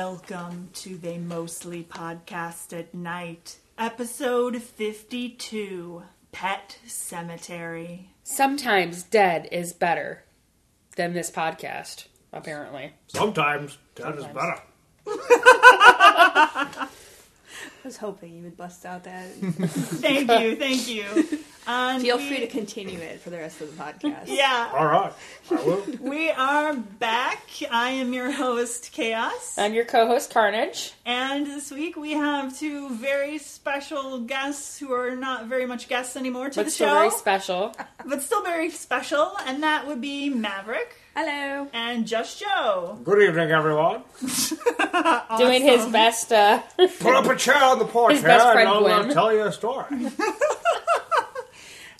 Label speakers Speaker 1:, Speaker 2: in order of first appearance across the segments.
Speaker 1: welcome to They Mostly Podcast at Night, episode 52 Pet Cemetery.
Speaker 2: Sometimes dead is better than this podcast, apparently.
Speaker 3: Sometimes that is
Speaker 2: Sometimes.
Speaker 3: better.
Speaker 4: I was hoping you would bust out that.
Speaker 1: Thank you, thank you. And
Speaker 4: Feel
Speaker 1: we-
Speaker 4: free to continue it for the rest of the podcast.
Speaker 1: Yeah,
Speaker 3: All right, I will.
Speaker 1: we are back. I am your host, Chaos.
Speaker 4: Uh,
Speaker 2: I'm your co host, Carnage.
Speaker 1: And this week we have two very special guests who are not very much guests anymore to
Speaker 2: But
Speaker 1: the
Speaker 2: still
Speaker 1: show,
Speaker 2: very special.
Speaker 1: but still very special. And that would be Maverick
Speaker 4: Hello.
Speaker 1: and Just Joe.
Speaker 3: Good evening, everyone.
Speaker 2: Doing his best. Uh,
Speaker 3: Put up a chair on the porch
Speaker 2: His
Speaker 3: here,
Speaker 2: best
Speaker 3: and
Speaker 2: friend
Speaker 3: I'll uh,
Speaker 2: Gwen.
Speaker 3: tell you a story.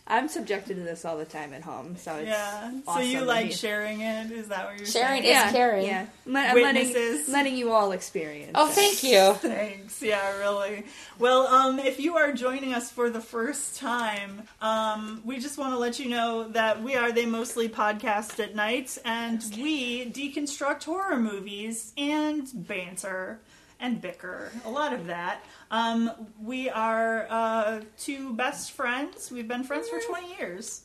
Speaker 4: I'm subjected to this all the time at home, so it's
Speaker 1: Yeah.
Speaker 4: awesome
Speaker 1: so you
Speaker 4: to
Speaker 1: like
Speaker 4: be-
Speaker 1: sharing it? Is that what you're
Speaker 2: Sharing
Speaker 1: saying?
Speaker 2: it.
Speaker 4: yeah,
Speaker 2: It's caring.
Speaker 4: Yeah, I'm let- I'm
Speaker 1: Witnesses.
Speaker 4: letting, letting you all experience.
Speaker 2: oh,
Speaker 4: it.
Speaker 2: thank you.
Speaker 1: Thanks. Yeah, really. Well, um, if you are joining us for the first time, um, we just want to let you know that we are they mostly podcast at night, and we deconstruct horror movies and banter and bicker, a lot of that. Um, we are uh, two best friends. We've been friends for twenty years.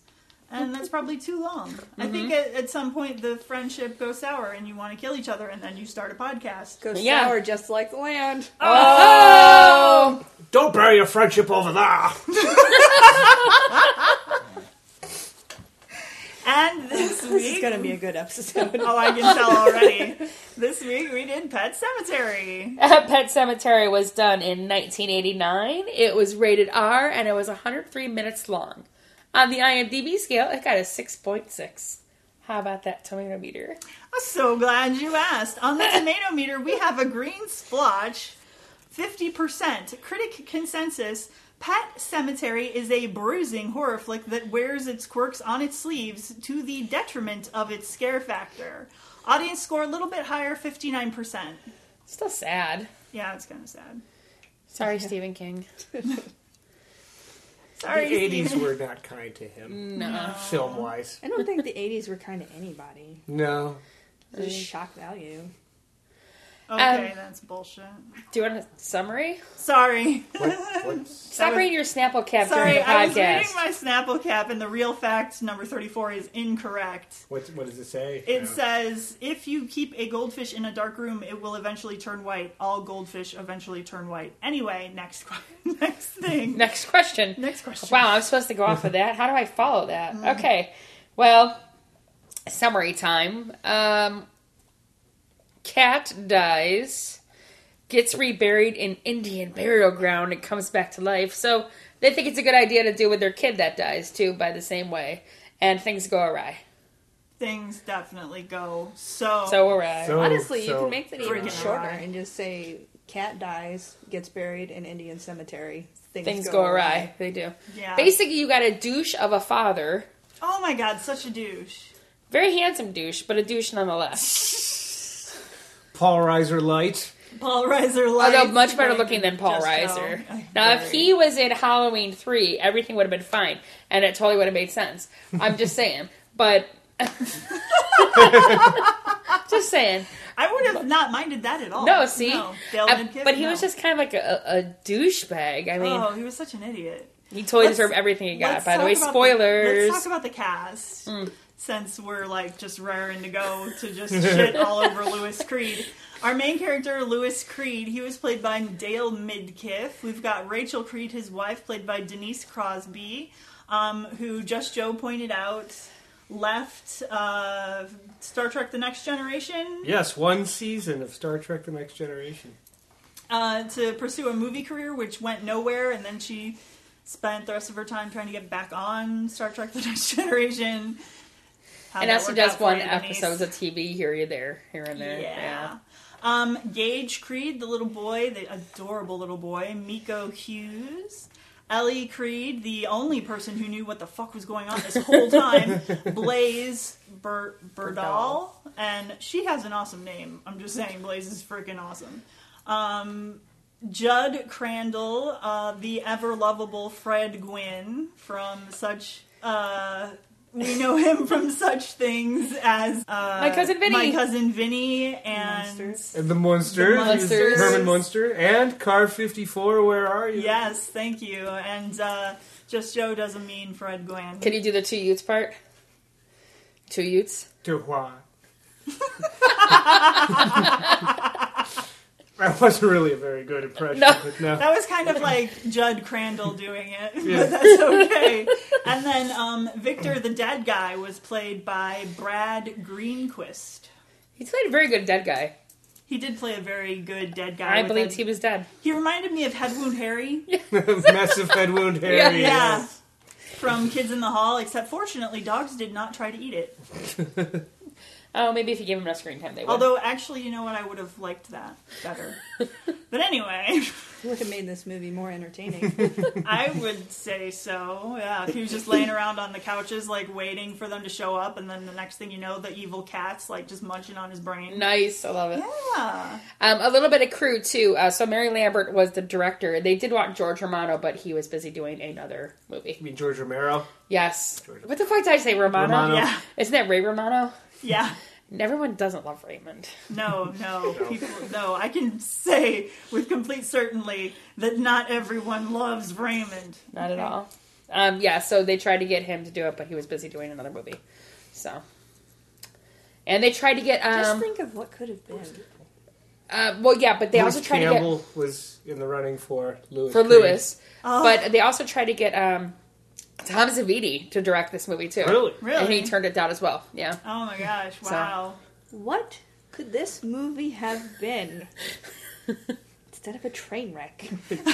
Speaker 1: And that's probably too long. I
Speaker 4: Mm-hmm.
Speaker 1: think at, at some point the friendship goes sour and you want to kill each other, and then you start a podcast.
Speaker 4: Go
Speaker 2: Yeah.
Speaker 4: sour just like the land.
Speaker 2: Oh!
Speaker 3: Don't bury your friendship over there.
Speaker 1: And this week,
Speaker 4: This is gonna be a good episode.
Speaker 1: oh, I can tell already. this week we did Pet Cemetery.
Speaker 2: Pet Cemetery was done in 1989. It was rated R and it was 103 minutes long. On the IMDb scale, it got a 6.6. How about that tomato meter?
Speaker 1: I'm so glad you asked. On the tomato meter, we have a green splotch, fifty percent. Critic consensus. Pet Cemetery is a bruising horror flick that wears its quirks on its sleeves to the detriment of its scare factor. Audience score a little bit higher, 59%.
Speaker 2: Still sad.
Speaker 1: Yeah, it's kind of sad.
Speaker 2: Sorry, Stephen King.
Speaker 1: Sorry,
Speaker 3: the 80s
Speaker 1: Steven.
Speaker 3: were not kind to him,
Speaker 2: No.
Speaker 3: film wise.
Speaker 4: I don't think the '80s were kind to anybody.
Speaker 3: No.
Speaker 4: It was just shock value.
Speaker 1: Okay, that's bullshit.
Speaker 2: Do you want a summary?
Speaker 1: Sorry.
Speaker 3: What, what's,
Speaker 2: Stop
Speaker 1: was-
Speaker 2: reading your Snapple cap during
Speaker 1: Sorry,
Speaker 2: the
Speaker 1: I was
Speaker 2: podcast.
Speaker 1: reading my Snapple cap, and the real fact number 34 is incorrect.
Speaker 3: what's, what does it say?
Speaker 1: It
Speaker 3: Yeah.
Speaker 2: uh,
Speaker 1: says if you keep a goldfish in a dark room, it will eventually turn white. All goldfish eventually turn white. Anyway, next que- next thing.
Speaker 2: Next question.
Speaker 1: Next question.
Speaker 2: Wow, I'm supposed to go off of that. How do I follow that? Okay. Well, summary time. Um, cat dies, gets reburied in Indian burial ground, and comes back to life. So they think it's a good idea to do with their kid that dies too, by the same way, and things go awry.
Speaker 1: Things definitely go so.
Speaker 2: So awry.
Speaker 3: So-
Speaker 4: Honestly, you
Speaker 3: so-
Speaker 4: can make that even
Speaker 1: Freaking
Speaker 4: shorter
Speaker 1: awry.
Speaker 4: and just say cat dies, gets buried in Indian cemetery.
Speaker 2: things go awry. They do.
Speaker 1: yeah.
Speaker 2: Basically, you got a douche of a father.
Speaker 1: oh my god, such a douche.
Speaker 2: Very handsome douche, but a douche nonetheless.
Speaker 3: Paul Reiser Light.
Speaker 1: Paul Reiser lies.
Speaker 2: Although Oh, much better looking than Paul Reiser. Now, if he was in Halloween 3, everything would have been fine, and it totally would have made sense. I'm just saying. But. just saying.
Speaker 1: I would have not minded that at all.
Speaker 2: No, see?
Speaker 1: Dale
Speaker 2: I-
Speaker 1: Midkiff,
Speaker 2: but he
Speaker 1: Oh, no.
Speaker 2: was just kind of like a, a douchebag. I mean,
Speaker 1: oh, he was such an idiot.
Speaker 2: he totally
Speaker 1: let's-
Speaker 2: deserved everything he got.
Speaker 1: Let's
Speaker 2: By the
Speaker 1: talk
Speaker 2: way,
Speaker 1: about
Speaker 2: spoilers. Hmm.
Speaker 1: let's talk about the cast since we're like just raring to go to just shit all over Lewis Creed. Our main character, Lewis Creed, he was played by Dale Midkiff. We've got Rachel Creed, his wife, played by Denise Crosby, um, who just Joe pointed out left uh, Star Trek: The Next Generation
Speaker 3: Yes, one season of Star Trek The Next Generation.
Speaker 1: uh, to pursue a movie career, which went nowhere, and then she spent the rest of her time trying to get back on Star Trek: The Next Generation. How'd
Speaker 2: and
Speaker 1: that
Speaker 2: also
Speaker 1: work out
Speaker 2: does
Speaker 1: for
Speaker 2: one
Speaker 1: you, Denise?
Speaker 2: episodes of TV here or there, here and
Speaker 1: Yeah.
Speaker 2: there. yeah.
Speaker 1: Um, Gage Creed, the little boy, the adorable little boy, Miko Hughes. Ellie Creed, the only person who knew what the fuck was going on this whole time, Blaze Bur- Burdall, and she has an awesome name. I'm just saying, Blaze is freaking awesome. Um, Judd Crandall, uh, the ever lovable Fred Gwynn from such uh, We know him from such things as uh,
Speaker 2: My Cousin Vinny.
Speaker 1: My cousin Vinny, and
Speaker 4: Monsters.
Speaker 3: And the Monsters.
Speaker 1: The
Speaker 2: Munsters.
Speaker 3: Herman Munster. And Car 54, Where Are You?
Speaker 1: yes, thank you. And uh, just Joe doesn't mean Fred Gwynn.
Speaker 2: Can you do the two Utes part? Two Utes.
Speaker 3: To why? that wasn't really a very good impression.
Speaker 2: No.
Speaker 3: But no.
Speaker 1: That was kind of like Judd Crandall doing it,
Speaker 3: Yeah.
Speaker 1: but that's okay. and then um, Victor, the dead guy, was played by Brad Greenquist.
Speaker 2: He played a very good dead guy.
Speaker 1: He did play a very good dead guy.
Speaker 2: I
Speaker 1: with
Speaker 2: believed
Speaker 1: a-
Speaker 2: he was dead.
Speaker 1: He reminded me of Head Wound Harry.
Speaker 3: Massive head wound, Harry.
Speaker 2: Yeah.
Speaker 1: Yeah. From Kids in the Hall, except fortunately, dogs did not try to eat it.
Speaker 2: Oh, maybe if you gave him enough screen time, they would.
Speaker 1: Although, actually, you know what? I would have liked that better. but anyway,
Speaker 4: Would have made this movie more entertaining.
Speaker 1: I would say so. Yeah, if he was just laying around on the couches, like waiting for them to show up, and then the next thing you know, the evil cat's like just munching on his brain.
Speaker 2: nice, I love it.
Speaker 1: Yeah.
Speaker 2: Um, a little bit of crew too. Uh, so Mary Lambert was the director. They did want George Romano, but he was busy doing another
Speaker 3: I
Speaker 2: movie.
Speaker 3: mean, George Romero.
Speaker 2: Yes.
Speaker 3: George-
Speaker 2: What the fuck did I say, Romano?
Speaker 3: Romano.
Speaker 1: Yeah.
Speaker 2: Isn't that Ray Romano?
Speaker 1: Yeah.
Speaker 2: Everyone doesn't love Raymond.
Speaker 1: No, no. People, no, I can say with complete certainty that not everyone loves Raymond.
Speaker 2: Not at all. Um, yeah, so they tried to get him to do it, but he was busy doing another movie. So, and they tried to get.
Speaker 4: Just
Speaker 2: Um,
Speaker 4: think of what could have been.
Speaker 2: uh, well, yeah, but they
Speaker 3: Lewis
Speaker 2: also tried
Speaker 3: Campbell was in the running for
Speaker 2: to get
Speaker 3: Lewis.
Speaker 2: for
Speaker 3: Creed.
Speaker 2: Lewis,
Speaker 1: Oh.
Speaker 2: but they also tried to get um, Tom Zavidi to direct this movie too.
Speaker 3: Really?
Speaker 1: Really?
Speaker 2: And he turned it down as well. Yeah.
Speaker 1: Oh my gosh!
Speaker 2: So-
Speaker 1: Wow.
Speaker 4: What could this movie have been? Instead of a train wreck.
Speaker 2: if Tom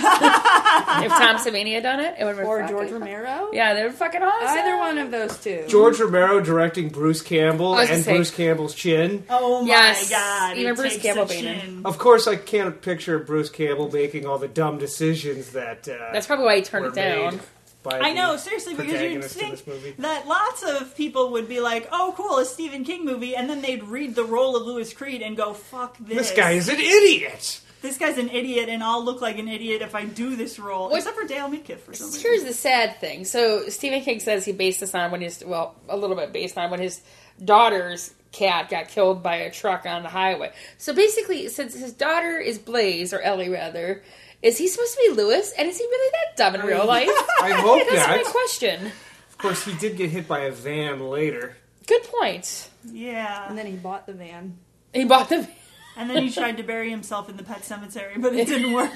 Speaker 2: Savini had done it, it would have been
Speaker 4: Or
Speaker 2: fucking-
Speaker 4: George Romero?
Speaker 2: Yeah, they were fucking awesome.
Speaker 4: Either one of those two.
Speaker 3: George Romero directing Bruce Campbell
Speaker 2: I was gonna
Speaker 3: and
Speaker 2: say-
Speaker 3: Bruce Campbell's chin.
Speaker 1: Oh my
Speaker 2: Yes.
Speaker 1: god!
Speaker 2: Even
Speaker 1: it
Speaker 2: Bruce
Speaker 1: takes
Speaker 2: Campbell Oh,
Speaker 1: a
Speaker 2: being in.
Speaker 1: chin.
Speaker 3: Of course, I can't picture Bruce Campbell making all the dumb decisions that uh,
Speaker 2: That's probably why he turned
Speaker 3: were
Speaker 2: it down.
Speaker 3: made by
Speaker 1: I
Speaker 3: the
Speaker 1: know, seriously, because you'd
Speaker 3: protagonist of
Speaker 1: think
Speaker 3: this movie.
Speaker 1: that lots of people would be like, "Oh, cool, a Stephen King movie," and then they'd read the role of Lewis Creed and go, "Fuck this!
Speaker 3: This guy is an idiot.
Speaker 1: this guy's an idiot, and I'll look like an idiot if I do this role."
Speaker 2: What-
Speaker 1: Except for Dale Midkiff for some reason.
Speaker 2: Here's the sad thing. So Stephen King says he based this on when his well, a little bit based on when his daughter's cat got killed by a truck on the highway. So basically, since his daughter is Blaze or Ellie rather, is he supposed to be Lewis? And is he really that dumb in real life?
Speaker 3: I hope
Speaker 2: That's my
Speaker 3: not.
Speaker 2: question.
Speaker 3: Of course, he did get hit by a van later.
Speaker 2: Good point.
Speaker 1: Yeah,
Speaker 4: And then he bought the van.
Speaker 2: He bought them.
Speaker 1: and then he tried to bury himself in the pet cemetery, but it didn't work.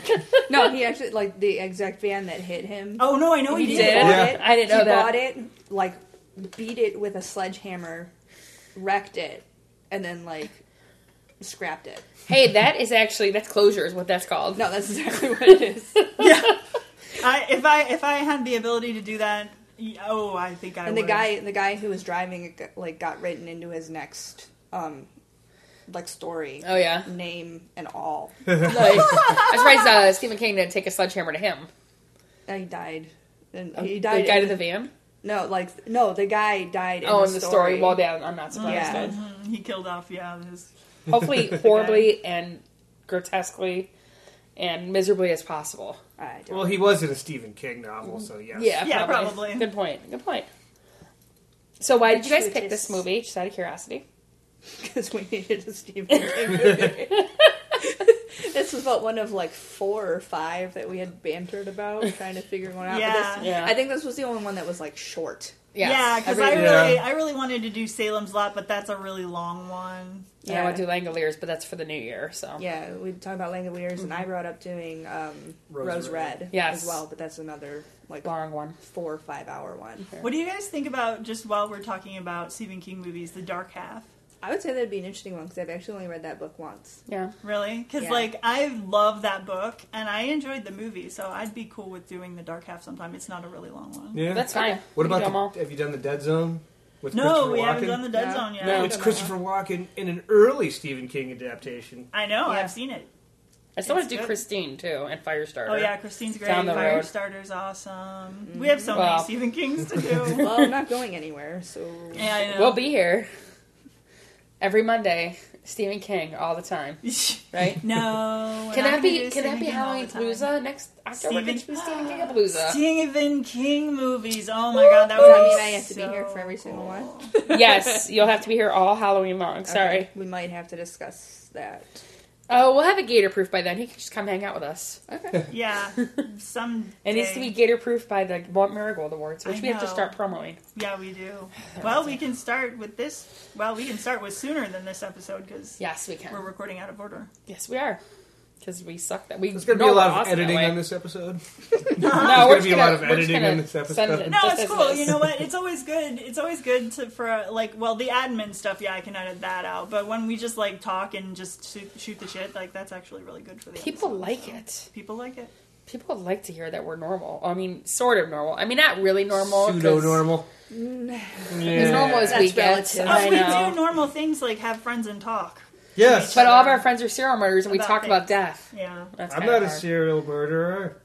Speaker 4: No, he actually, like, the exact van that hit him.
Speaker 1: Oh no, I know he,
Speaker 2: He
Speaker 1: did.
Speaker 2: did?
Speaker 4: bought
Speaker 3: Yeah.
Speaker 4: it.
Speaker 2: I didn't know
Speaker 4: he
Speaker 2: that.
Speaker 4: bought it, like beat it with a sledgehammer, wrecked it, and then like scrapped it.
Speaker 2: Hey, that is actually that's closure is what that's called.
Speaker 4: No, that's exactly what it is.
Speaker 1: I, if I if I had the ability to do that, y- oh, I think I.
Speaker 4: and the
Speaker 1: would.
Speaker 4: guy, the guy who was driving, it, got- like got written into his next, um, like story,
Speaker 2: Oh yeah.
Speaker 4: name and all.
Speaker 2: Like, I'm surprised uh, Stephen King didn't take a sledgehammer to him.
Speaker 4: And he died. And he
Speaker 2: Oh, The
Speaker 4: died.
Speaker 2: guy
Speaker 4: in
Speaker 2: to the van.
Speaker 4: no, like no, the guy died. In
Speaker 2: oh,
Speaker 4: the
Speaker 2: in the story, wall down. I'm not surprised.
Speaker 4: Yeah.
Speaker 1: Mhm, he killed off. Yeah, his,
Speaker 2: Hopefully, horribly and grotesquely and miserably as possible.
Speaker 4: I don't
Speaker 3: Well, he was in a Stephen King novel, so yes.
Speaker 2: Yeah,
Speaker 1: Yeah,
Speaker 2: probably.
Speaker 1: probably.
Speaker 2: Good point. Good point. So, why did you guys pick
Speaker 4: Gratuitous.
Speaker 2: this movie? Just out of curiosity.
Speaker 4: because we needed a Stephen King movie. this was about one of like four or five that we had bantered about trying to figure one out. but
Speaker 1: Yeah.
Speaker 4: this-
Speaker 2: Yeah.
Speaker 4: I think this was the only one that was like short.
Speaker 2: Yes.
Speaker 1: Yeah, because I,
Speaker 2: I,
Speaker 3: really-
Speaker 1: really,
Speaker 3: Yeah.
Speaker 1: I really wanted to do Salem's Lot, but that's a really long one.
Speaker 2: yeah. I want to do Langoliers, but that's for the new year. So,
Speaker 4: Yeah, we talked about Langoliers, and I brought up doing um,
Speaker 3: Rose
Speaker 4: Rose,
Speaker 3: Red.
Speaker 4: Red,
Speaker 2: Mm-hmm. Yes.
Speaker 4: as well, but that's another like
Speaker 2: long one.
Speaker 4: four or five hour one.
Speaker 1: What do you guys think about just while we're talking about Stephen King movies, The Dark Half?
Speaker 4: I would say that'd be an interesting one because I've actually only read that book once.
Speaker 2: Yeah.
Speaker 1: Really? Because
Speaker 4: Yeah.
Speaker 1: like I love that book and I enjoyed the movie, so I'd be cool with doing The Dark Half sometime. It's not a really long one.
Speaker 3: Yeah.
Speaker 2: That's fine.
Speaker 3: what
Speaker 2: We can do them all.
Speaker 3: about the, have you done the Dead Zone with
Speaker 1: No,
Speaker 3: Christopher
Speaker 1: we
Speaker 3: Walken?
Speaker 1: haven't done The Dead
Speaker 4: No.
Speaker 1: Zone yet.
Speaker 3: no, it's
Speaker 4: Yeah.
Speaker 3: Christopher Walken in an early Stephen King adaptation.
Speaker 1: I know.
Speaker 4: Yeah.
Speaker 1: I've seen it.
Speaker 2: I still want
Speaker 1: It's
Speaker 2: to do
Speaker 1: good.
Speaker 2: Christine too and Firestarter.
Speaker 1: Oh yeah, Christine's great.
Speaker 2: Down the road. Mm-hmm.
Speaker 1: Firestarter's awesome. We have so
Speaker 2: Well.
Speaker 1: many Stephen Kings to do.
Speaker 4: Well, I'm not going anywhere, so
Speaker 1: yeah, I know.
Speaker 2: We'll be here every Monday Stephen King all the time, right?
Speaker 1: no. we're not
Speaker 2: Can that
Speaker 1: gonna
Speaker 2: be
Speaker 1: do
Speaker 2: can that
Speaker 1: Stephen
Speaker 2: be
Speaker 1: King all the
Speaker 2: Halloween
Speaker 1: time.
Speaker 2: Palooza next October?
Speaker 1: Stephen-
Speaker 2: Could be Stephen King Palooza?
Speaker 1: Stephen King movies. Oh my god, that would
Speaker 4: Does that
Speaker 1: be
Speaker 4: mean I have to be
Speaker 1: so
Speaker 4: here for every single one?
Speaker 2: yes, you'll have to be here all Halloween long. Sorry.
Speaker 4: Okay, we might have to discuss that.
Speaker 2: Oh, we'll have a gator proof by then. He can just come hang out with us.
Speaker 4: Okay.
Speaker 1: Yeah, some.
Speaker 2: It needs to be gator proof by the Mont Marigold Awards, which
Speaker 1: I
Speaker 2: we have to
Speaker 1: know.
Speaker 2: start promoting.
Speaker 1: Yeah, we do. Well, we can start with this. Well, we can start with sooner than this episode because
Speaker 2: Yes, we can.
Speaker 1: we're recording out of order.
Speaker 2: yes, we are. Because we suck that we.
Speaker 3: There's going to be
Speaker 2: no,
Speaker 3: a lot
Speaker 2: we're
Speaker 3: of
Speaker 2: awesome that
Speaker 3: editing
Speaker 2: way.
Speaker 3: on this episode.
Speaker 2: No, we're
Speaker 3: gonna
Speaker 2: just
Speaker 3: be a lot of
Speaker 2: we're just
Speaker 3: editing
Speaker 2: gonna
Speaker 3: on this episode.
Speaker 2: send it
Speaker 3: It
Speaker 1: No,
Speaker 2: just
Speaker 1: it's
Speaker 2: as
Speaker 1: cool.
Speaker 2: is.
Speaker 1: You know what? It's always good. It's always good to for uh, like well the admin stuff. Yeah, I can edit that out. But when we just like talk and just shoot, shoot the shit, like that's actually really good for the
Speaker 2: People
Speaker 1: episode,
Speaker 2: like
Speaker 1: so.
Speaker 2: it.
Speaker 1: People like it.
Speaker 2: People like to hear that we're normal. I mean, sort of normal. I mean, not really normal. 'cause-
Speaker 3: Pseudo normal.
Speaker 2: As normal as
Speaker 4: That's
Speaker 2: we get.
Speaker 4: relative.
Speaker 2: I
Speaker 1: Oh, we
Speaker 2: know.
Speaker 1: do normal things like have friends and talk.
Speaker 3: Yes.
Speaker 2: But all of our friends are serial murders, and we
Speaker 1: About
Speaker 2: talk about
Speaker 1: things.
Speaker 2: death.
Speaker 1: Yeah.
Speaker 2: That's
Speaker 3: I'm
Speaker 2: kinda
Speaker 3: not a
Speaker 2: hard.
Speaker 3: serial murderer.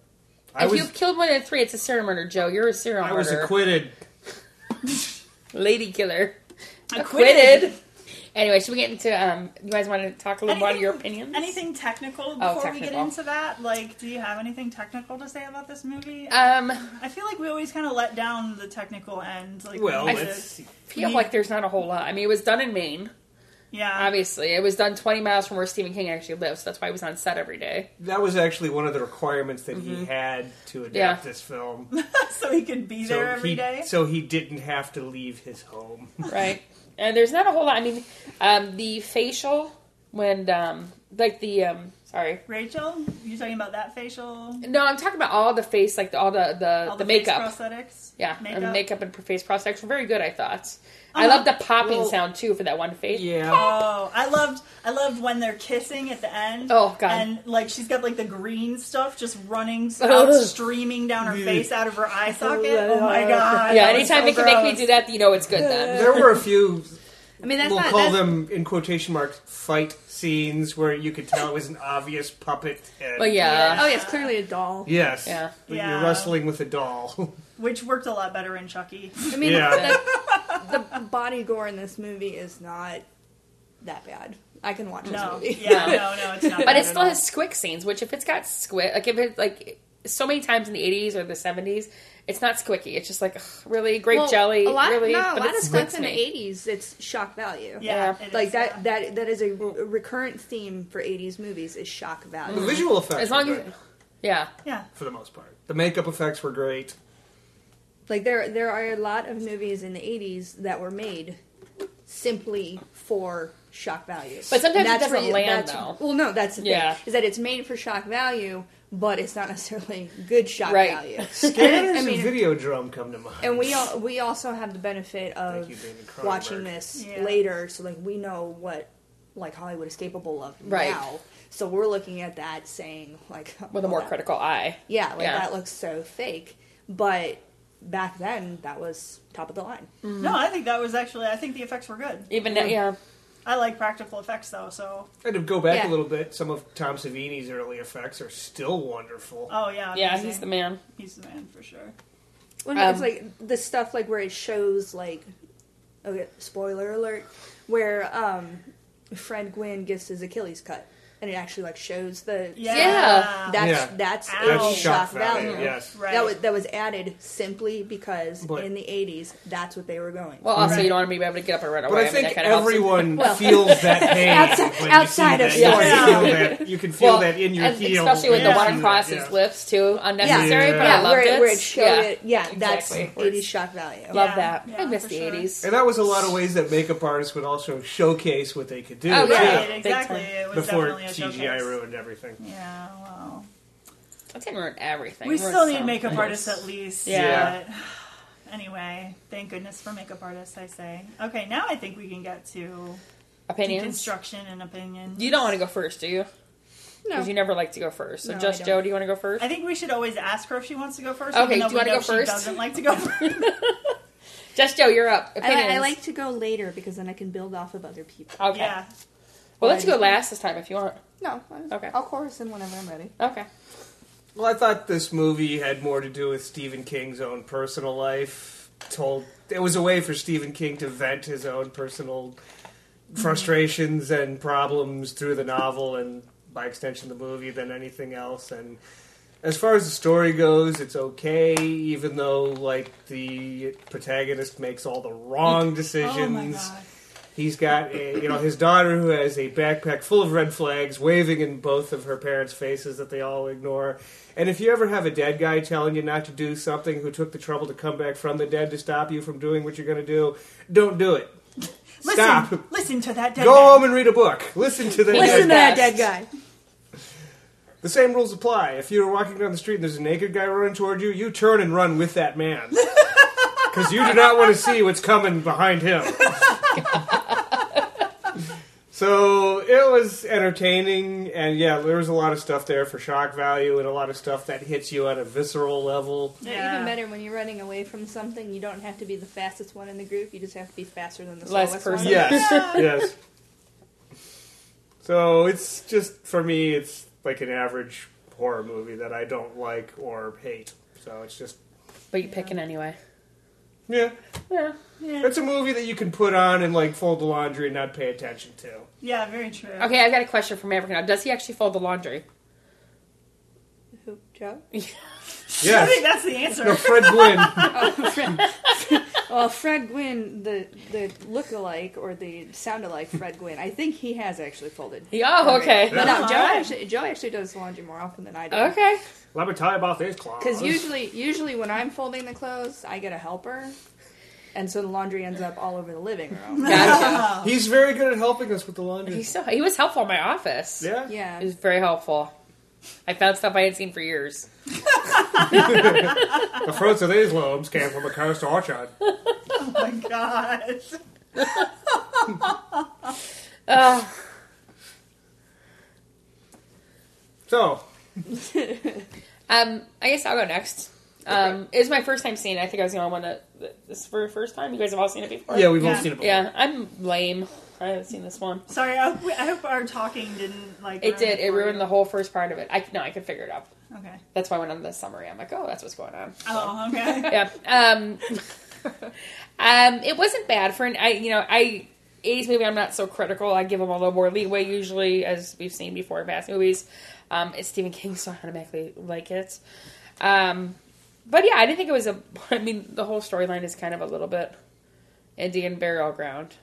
Speaker 3: I
Speaker 2: If
Speaker 3: was
Speaker 2: you've killed one in three, it's a serial murder, Joe. You're a serial
Speaker 3: I was
Speaker 2: murderer.
Speaker 3: acquitted.
Speaker 2: Lady killer.
Speaker 1: Acquitted.
Speaker 2: Acquitted. Anyway, should we get into? Um, you guys want to talk a little more about your opinions?
Speaker 1: Anything technical before
Speaker 2: Oh,
Speaker 1: we get
Speaker 2: technical.
Speaker 1: into that? Like, do you have anything technical to say about this movie?
Speaker 2: Um,
Speaker 1: I feel like we always kind of let down the technical end. Like,
Speaker 3: Well,
Speaker 1: we
Speaker 2: I-
Speaker 1: did.
Speaker 3: let's see.
Speaker 2: feel like there's not a whole lot. I mean, it was done in Maine.
Speaker 1: yeah,
Speaker 2: Obviously, it was done 20 miles from where Stephen King actually lives. So that's why he was on set every day.
Speaker 3: That was actually one of the requirements that he had to adapt
Speaker 2: Mm-hmm. Yeah.
Speaker 3: this film.
Speaker 1: so he could be there every
Speaker 3: he,
Speaker 1: day.
Speaker 3: so he didn't have to leave his home.
Speaker 2: right? And there's not a whole lot. I mean, um, the facial when um, like the um, sorry,
Speaker 1: Rachel, you talking about that facial?
Speaker 2: no, I'm talking about all the face, like the, all the Uh, the,
Speaker 1: all
Speaker 2: the,
Speaker 1: face
Speaker 2: makeup,
Speaker 1: prosthetics.
Speaker 2: yeah,
Speaker 1: makeup.
Speaker 2: and makeup and face prosthetics were very good. I thought. I
Speaker 1: Uh-huh.
Speaker 2: love the popping
Speaker 3: Well-
Speaker 2: sound too for that one face.
Speaker 3: Yeah.
Speaker 1: Oh, I loved, I loved when they're kissing at the end.
Speaker 2: Oh, God.
Speaker 1: And like she's got like the green stuff just running out,
Speaker 2: Ugh.
Speaker 1: streaming down her
Speaker 3: Yeah.
Speaker 1: face out of her eye socket. Oh my god!
Speaker 2: Yeah,
Speaker 1: that was
Speaker 2: anytime
Speaker 1: so
Speaker 2: they can make me
Speaker 1: gross.
Speaker 2: do that, you know it's good then.
Speaker 3: There were a few,
Speaker 4: I mean, that's
Speaker 3: we'll
Speaker 4: not.
Speaker 3: call
Speaker 4: that's-
Speaker 3: them in quotation marks, fight scenes where you could tell it was an obvious puppet. And,
Speaker 2: But yeah,
Speaker 4: Oh, yeah, it's clearly a doll.
Speaker 3: Yes.
Speaker 2: Yeah.
Speaker 3: But
Speaker 1: Yeah.
Speaker 3: You're wrestling with a doll.
Speaker 1: which worked a lot better in Chucky.
Speaker 4: I mean,
Speaker 3: Yeah.
Speaker 4: the, the body gore in this movie is not that bad. I can watch this
Speaker 1: No,
Speaker 4: movie.
Speaker 1: yeah, no, no, it's not.
Speaker 2: but
Speaker 1: bad
Speaker 2: it
Speaker 1: at
Speaker 2: still
Speaker 1: all.
Speaker 2: has squick scenes. Which if it's got squick, like if it like so many times in the 80s or the 70s, it's not squicky. It's just like ugh, really grape
Speaker 4: Well,
Speaker 2: jelly.
Speaker 4: A lot,
Speaker 2: really,
Speaker 4: no, a
Speaker 2: but
Speaker 4: lot
Speaker 2: it
Speaker 4: of stuff
Speaker 2: squicks
Speaker 4: in the
Speaker 2: me.
Speaker 4: '80s. It's shock value.
Speaker 1: Yeah,
Speaker 2: Yeah.
Speaker 1: it
Speaker 4: like
Speaker 1: is,
Speaker 4: that.
Speaker 1: yeah.
Speaker 4: That that is a re- recurrent theme for '80s movies is shock value.
Speaker 3: The visual effects
Speaker 2: As long
Speaker 3: were
Speaker 2: as
Speaker 3: good,
Speaker 2: yeah.
Speaker 1: Yeah,
Speaker 3: for the most part. The makeup effects were great.
Speaker 4: Like there, there are a lot of movies in the '80s that were made simply for shock value.
Speaker 2: But sometimes it
Speaker 4: That's
Speaker 2: doesn't
Speaker 4: where
Speaker 2: land,
Speaker 4: that's-
Speaker 2: though.
Speaker 4: Well, no, that's the
Speaker 2: Yeah.
Speaker 4: thing is that it's made for shock value, but it's not necessarily good shock
Speaker 2: Right.
Speaker 4: value.
Speaker 3: Scanners
Speaker 4: I mean-
Speaker 3: and video drum come to mind.
Speaker 4: And we all, we also have the benefit of
Speaker 3: Thank you, David Cronenberg.
Speaker 4: watching this
Speaker 1: Yeah.
Speaker 4: later, so like we know what like Hollywood is capable of
Speaker 2: Right.
Speaker 4: now. So we're looking at that saying like
Speaker 2: with a
Speaker 4: oh,
Speaker 2: more
Speaker 4: that-
Speaker 2: critical eye.
Speaker 4: Yeah, like
Speaker 2: Yeah.
Speaker 4: that looks so fake. But back then, that was top of the line.
Speaker 2: Mm.
Speaker 1: no, I think that was actually. I think the effects were good.
Speaker 2: Even now, yeah,
Speaker 1: I like practical effects though, so
Speaker 3: And to go back
Speaker 4: Yeah.
Speaker 3: a little bit, some of Tom Savini's early effects are still wonderful.
Speaker 1: oh yeah,
Speaker 2: yeah,
Speaker 1: amazing.
Speaker 2: he's the man.
Speaker 1: he's the man for sure.
Speaker 4: When
Speaker 2: Um,
Speaker 4: it's like the stuff like where it shows like okay, spoiler alert, where um Fred Gwynn gets his Achilles cut, and it actually like shows the
Speaker 1: Yeah,
Speaker 2: Yeah.
Speaker 4: That's
Speaker 3: Yeah.
Speaker 4: that's,
Speaker 1: That's
Speaker 4: a
Speaker 1: Ow.
Speaker 4: shock value.
Speaker 3: Yes.
Speaker 1: right.
Speaker 4: That was that was added simply because
Speaker 3: But-
Speaker 4: in the '80s that's what they were going.
Speaker 2: Well, also
Speaker 1: Right.
Speaker 2: you don't want to be able to get up and run away.
Speaker 3: But I
Speaker 2: mean,
Speaker 3: think
Speaker 2: that kinda helps.
Speaker 3: everyone
Speaker 4: Well-
Speaker 3: feels that pain.
Speaker 4: Outside-
Speaker 3: when
Speaker 4: outside
Speaker 3: you
Speaker 4: of
Speaker 3: see that.
Speaker 1: stories.
Speaker 3: You, can feel that, you can feel
Speaker 2: Well,
Speaker 3: that in your
Speaker 2: and
Speaker 3: heel.
Speaker 2: especially when
Speaker 1: Yeah.
Speaker 2: the
Speaker 1: You
Speaker 2: water
Speaker 1: see
Speaker 2: crosses
Speaker 3: Yeah.
Speaker 2: lips too, unnecessary.
Speaker 3: Yeah.
Speaker 2: But I
Speaker 4: yeah,
Speaker 2: loved
Speaker 4: where it,
Speaker 2: it.
Speaker 4: where it showed
Speaker 2: yeah.
Speaker 4: it. Yeah, that's
Speaker 2: Exactly.
Speaker 4: '80s shock value.
Speaker 2: Love
Speaker 1: Yeah.
Speaker 2: that.
Speaker 1: Yeah,
Speaker 2: I miss
Speaker 1: for
Speaker 2: the
Speaker 1: sure.
Speaker 2: eighties.
Speaker 3: And that was a lot of ways that makeup artists would also showcase what they could do
Speaker 2: Oh,
Speaker 3: too,
Speaker 2: Yeah,
Speaker 1: Right,
Speaker 2: big
Speaker 1: exactly.
Speaker 2: time.
Speaker 1: It was
Speaker 3: before
Speaker 1: definitely a
Speaker 3: CGI
Speaker 1: showcase.
Speaker 3: ruined everything.
Speaker 1: Yeah, well,
Speaker 2: I didn't ruin everything.
Speaker 1: we
Speaker 2: Ruined
Speaker 1: still need
Speaker 2: some
Speaker 1: makeup
Speaker 2: things.
Speaker 1: artists at least.
Speaker 2: Yeah.
Speaker 1: but anyway, thank goodness for makeup artists. I say. Okay, now I think we can get to
Speaker 2: Opinions.
Speaker 1: deconstruction and opinions.
Speaker 2: You don't want to go first, do you?
Speaker 4: No,
Speaker 2: Because you never like to go first. So,
Speaker 4: No, I
Speaker 2: just
Speaker 4: don't.
Speaker 2: Joe, do you want to go first?
Speaker 1: I think we should always ask her if she wants to go first.
Speaker 2: Okay,
Speaker 1: even though
Speaker 2: do you wanna
Speaker 1: we know
Speaker 2: go first?
Speaker 1: She doesn't like to go first.
Speaker 2: Just Joe, you're up. Opinions. Oh.
Speaker 4: I, I like to go later because then I can build off of other people.
Speaker 2: Okay.
Speaker 1: Yeah.
Speaker 2: Well, let's go last this time if you want.
Speaker 4: No, I-
Speaker 2: Okay.
Speaker 4: I'll chorus in whenever I'm ready.
Speaker 2: Okay.
Speaker 3: Well, I thought this movie had more to do with Stephen King's own personal life. Told it was a way for Stephen King to vent his own personal frustrations and problems through the novel and by extension the movie than anything else and as far as the story goes it's okay even though like the protagonist makes all the wrong decisions
Speaker 1: Oh my god.
Speaker 3: He's got, a, you know, his daughter who has a backpack full of red flags waving in both of her parents' faces that they all ignore. And if you ever have a dead guy telling you not to do something who took the trouble to come back from the dead to stop you from doing what you're going to do, don't do it.
Speaker 1: Listen,
Speaker 3: Stop.
Speaker 1: listen to that dead
Speaker 3: Go
Speaker 1: man.
Speaker 3: home and read a book. Listen to the
Speaker 4: Listen to
Speaker 3: dead.
Speaker 4: that
Speaker 2: best.
Speaker 4: dead guy.
Speaker 3: The same rules apply. If you're walking down the street and there's a naked guy running toward you, you turn and run with that man. Because you do not want to see what's coming behind him. so it was entertaining, and yeah, there was a lot of stuff there for shock value and a lot of stuff that hits you at a visceral level.
Speaker 1: Yeah.
Speaker 4: Even better when you're running away from something, you don't have to be the fastest one in the group. You just have to be faster than the
Speaker 2: Less
Speaker 4: slowest
Speaker 2: person.
Speaker 4: one.
Speaker 3: Yes, yes. So it's just, for me, it's like an average horror movie that I don't like or hate. So it's just,
Speaker 2: But you picking anyway.
Speaker 3: yeah.
Speaker 2: Yeah.
Speaker 1: Yeah.
Speaker 3: It's a movie that you can put on and like fold the laundry and not pay attention to.
Speaker 1: yeah, very true.
Speaker 2: Okay, I've got a question for Maverick now. Does he actually fold the laundry?
Speaker 4: Who, Joe?
Speaker 1: I think
Speaker 3: Yes.
Speaker 1: that's the answer.
Speaker 3: No, Fred Gwynn.
Speaker 4: Oh, Fred. well, Fred Gwynn, the the look-alike or the sound-alike Fred Gwynn, I think he has actually folded.
Speaker 2: Oh, okay.
Speaker 4: But no,
Speaker 1: Yeah.
Speaker 4: Joe actually, Joe actually does laundry more often than I do.
Speaker 2: Okay.
Speaker 3: Let me tell you about these claws.
Speaker 4: Because usually, usually when I'm folding the clothes, I get a helper, and so the laundry ends up all over the living room.
Speaker 2: Gotcha.
Speaker 3: he's very good at helping us with the laundry.
Speaker 2: He's so, he was helpful in my office.
Speaker 3: yeah.
Speaker 4: yeah.
Speaker 2: He was very helpful. I found stuff I hadn't seen for years.
Speaker 3: The fruits of these loaves came from a cursed orchard.
Speaker 1: Oh my god.
Speaker 2: Oh,
Speaker 3: So
Speaker 2: um, I guess I'll go next. Um, it was my first time seeing it. I think I was the only one that, that this is for the first time. You guys have all seen it before.
Speaker 3: yeah, we've all
Speaker 1: Yeah.
Speaker 3: seen it. Before.
Speaker 2: Yeah, I'm lame. I haven't seen this one.
Speaker 1: Sorry, I, I hope our talking didn't like.
Speaker 2: It did. It
Speaker 1: for
Speaker 2: ruined
Speaker 1: you.
Speaker 2: the whole first part of it. I no, I could figure it out.
Speaker 1: Okay.
Speaker 2: That's why I went on the summary. I'm like, oh, that's what's going on.
Speaker 1: Oh, okay.
Speaker 2: yeah. Um, um, it wasn't bad for an. I you know I eighties movie. I'm not so critical. I give them a little more leeway usually, as we've seen before in past movies. Um, it's Stephen King, so I automatically like it. Um, but yeah, I didn't think it was a. I mean, the whole storyline is kind of a little bit Indian burial ground.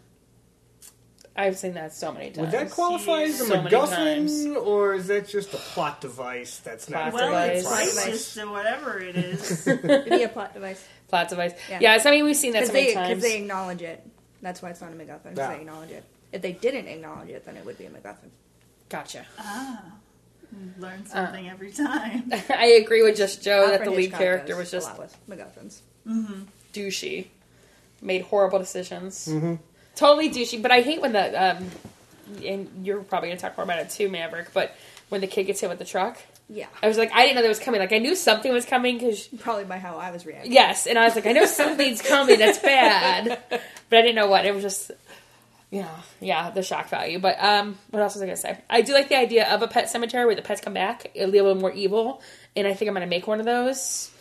Speaker 2: I've seen that so many
Speaker 3: Would
Speaker 2: times.
Speaker 3: that qualify as a
Speaker 2: So many times.
Speaker 3: MacGuffin, or is that just a plot device that's not?
Speaker 2: Plot
Speaker 3: a
Speaker 1: well,
Speaker 2: device.
Speaker 1: it's
Speaker 4: Device.
Speaker 1: racist or whatever it is.
Speaker 4: Be a plot device.
Speaker 2: Plot device.
Speaker 4: Yeah.
Speaker 2: Yes, I mean we've seen that
Speaker 4: Because
Speaker 2: so many
Speaker 4: they, 'cause
Speaker 2: times.
Speaker 4: they acknowledge it. That's why it's not a MacGuffin, 'cause
Speaker 3: Yeah.
Speaker 4: they acknowledge it. If they didn't acknowledge it, then it would be a MacGuffin.
Speaker 2: Gotcha.
Speaker 1: ah, you
Speaker 2: Uh.
Speaker 1: learn something every time.
Speaker 2: I agree with just Joe Oh, that
Speaker 4: Alfred
Speaker 2: the lead
Speaker 4: Hitchcock
Speaker 2: character
Speaker 4: does
Speaker 2: was just
Speaker 4: a lot with MacGuffins.
Speaker 2: douchey, made horrible decisions, totally douchey. But I hate when the um, and you're probably gonna talk more about it too, Maverick. But when the kid gets hit with the truck,
Speaker 4: Yeah,
Speaker 2: I was like, I didn't know that was coming. Like I knew something was coming because
Speaker 4: probably by how I was reacting.
Speaker 2: yes, and I was like, I know something's coming. That's bad, but I didn't know what. It was just. Yeah, yeah, the shock value. But um, what else was I gonna say? I do like the idea of a pet cemetery where the pets come back. It'll be a little more evil, and I think I'm gonna make one of those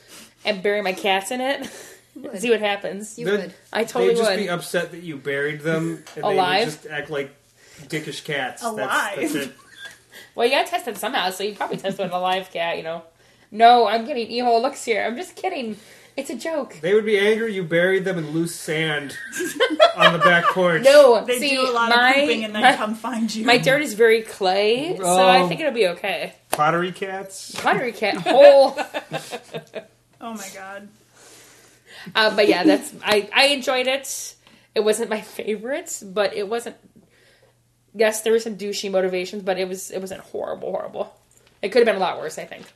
Speaker 2: and bury my cats in it. and
Speaker 4: Would.
Speaker 2: See what happens.
Speaker 4: You
Speaker 3: They're-
Speaker 4: would.
Speaker 2: I totally
Speaker 3: They'd just
Speaker 2: would.
Speaker 3: be upset that you buried them, and they
Speaker 2: Alive?
Speaker 3: would just act like dickish cats. That's,
Speaker 1: Alive.
Speaker 3: that's it.
Speaker 2: Well, you got tested somehow, so you probably tested a live cat, you know. No, I'm getting evil looks here. I'm just kidding. It's a joke.
Speaker 3: They would be angry you buried them in loose sand on the back porch.
Speaker 2: No,
Speaker 1: They
Speaker 2: see,
Speaker 1: do a lot
Speaker 2: my,
Speaker 1: of pooping and then
Speaker 2: my,
Speaker 1: come find you.
Speaker 2: my dirt is very clay, so I
Speaker 3: Oh.
Speaker 2: think it'll be okay.
Speaker 3: Pottery cats?
Speaker 2: Pottery cat whole.
Speaker 1: oh my god.
Speaker 2: uh, but yeah, that's I, I enjoyed it. It wasn't my favorite, but it wasn't. Yes, there were some douchey motivations, but it was it wasn't horrible, horrible. It could have been a lot worse, I think.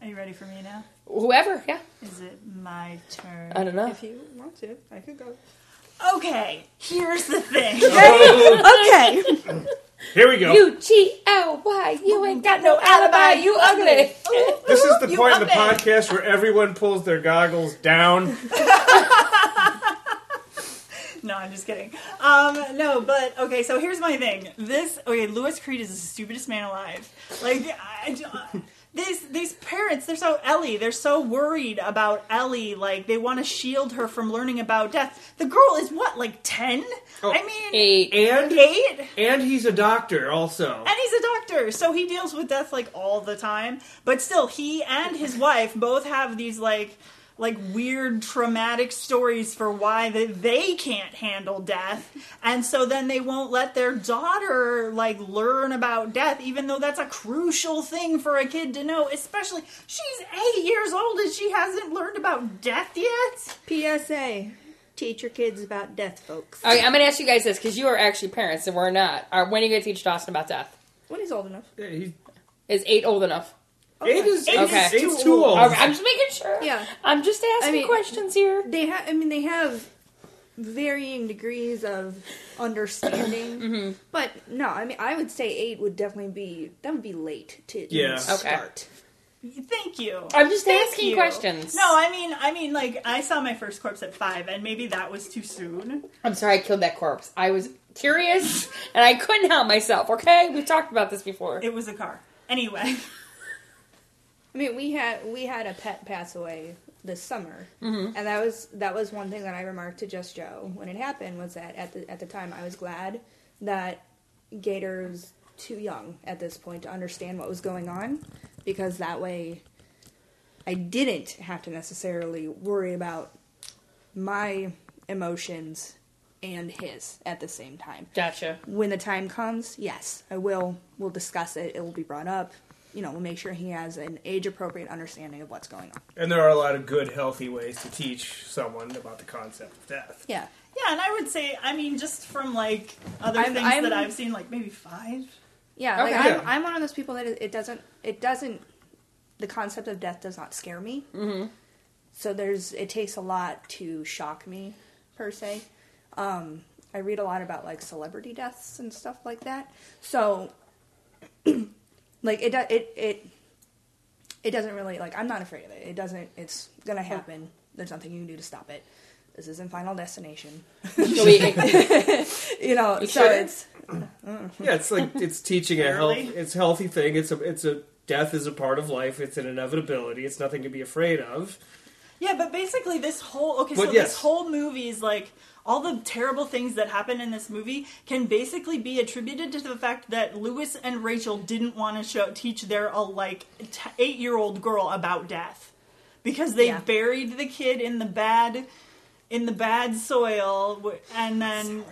Speaker 1: Are you ready for me now?
Speaker 2: Whoever, yeah,
Speaker 1: Is it my turn?
Speaker 2: I don't know.
Speaker 4: If you want to, I could go.
Speaker 1: Okay, here's the thing.
Speaker 4: okay.
Speaker 3: Here we go.
Speaker 2: U G L Y. You ain't got no alibi. You ugly.
Speaker 3: this is the point in the
Speaker 1: up there.
Speaker 3: podcast where everyone pulls their goggles down.
Speaker 1: No, I'm just kidding. Um, no, but okay. So here's my thing. This okay. Lewis Creed is the stupidest man alive. Like I, these these parents they're so ellie they're so worried about ellie like they want to shield her from learning about death the girl is what like 10
Speaker 3: Oh,
Speaker 1: i mean
Speaker 2: Eight.
Speaker 3: And
Speaker 1: eight
Speaker 3: and he's a doctor also.
Speaker 1: and he's a doctor so he deals with death like all the time but still he and his wife both have these like like weird traumatic stories for why they, they can't handle death and so then they won't let their daughter like learn about death even though that's a crucial thing for a kid to know especially she's eight years old and she hasn't learned about death yet
Speaker 4: PSA: Teach your kids about death, folks.
Speaker 2: Okay, I'm going to ask you guys this because you are actually parents and we're not. Uh, when are you going to teach Dawson about death?
Speaker 4: When he's old enough.
Speaker 3: Yeah, he's-
Speaker 2: Is eight old enough?
Speaker 3: Eight is,
Speaker 1: Eight
Speaker 3: eight
Speaker 2: is
Speaker 3: is, eight's
Speaker 1: too
Speaker 3: too
Speaker 1: old.
Speaker 3: old.
Speaker 2: All right, I'm just making sure.
Speaker 4: Yeah.
Speaker 2: I'm just asking
Speaker 4: I mean-
Speaker 2: questions here.
Speaker 4: They have. I mean, they have varying degrees of understanding.
Speaker 2: Mm-hmm.
Speaker 4: But no, I mean, I would say eight would definitely be that would be late to even
Speaker 3: Yeah. Okay.
Speaker 4: start.
Speaker 1: thank you
Speaker 2: I'm just
Speaker 1: Thank
Speaker 2: asking
Speaker 1: you.
Speaker 2: questions.
Speaker 1: No, I mean, I mean, like I saw my first corpse at five, and maybe that was too soon.
Speaker 2: I'm sorry I killed that corpse. I was curious and I couldn't help myself, okay? We've talked about this before.
Speaker 1: It was a car. Anyway,
Speaker 4: I mean, we had we had a pet pass away this summer, and that was that was one thing that I remarked to Just Joe when it happened was that at the at the time I was glad that Gator's too young at this point to understand what was going on because that way I didn't have to necessarily worry about my emotions and his at the same time
Speaker 2: Gotcha.
Speaker 4: when the time comes, yes, I will. We'll discuss it. It will be brought up. You know, we'll make sure he has an age appropriate understanding of what's going on.
Speaker 3: And there are a lot of good, healthy ways to teach someone about the concept of death.
Speaker 4: Yeah.
Speaker 1: yeah, and I would say, I mean, just from like other
Speaker 4: I'm-
Speaker 1: things
Speaker 4: I'm-
Speaker 1: that I've seen, like maybe five.
Speaker 4: Yeah.
Speaker 2: Okay.
Speaker 4: Like I'm,
Speaker 3: Yeah.
Speaker 4: I'm one of those people that it, it doesn't, it doesn't, the concept of death does not scare me. Mm-hmm. So there's, it takes a lot to shock me, per se. Um, I read a lot about like celebrity deaths and stuff like that. So, like it, do- it, it, it doesn't really like I'm not afraid of it. It doesn't. It's gonna happen. There's nothing you can do to stop it. This isn't Final Destination.
Speaker 2: So we-
Speaker 4: You know.
Speaker 2: You
Speaker 4: so
Speaker 2: shouldn't.
Speaker 4: it's
Speaker 3: Yeah, it's like it's teaching a health,
Speaker 1: Really?
Speaker 3: it's a healthy thing. It's a it's a death is a part of life. It's an inevitability. It's nothing to be afraid of.
Speaker 1: Yeah, but basically, this whole okay,
Speaker 3: But
Speaker 1: so
Speaker 3: yes.
Speaker 1: this whole movie is like all the terrible things that happen in this movie can basically be attributed to the fact that Lewis and Rachel didn't want to show teach their uh, like t- eight year old girl about death because they
Speaker 4: Yeah.
Speaker 1: buried the kid in the bad in the bad soil w- and then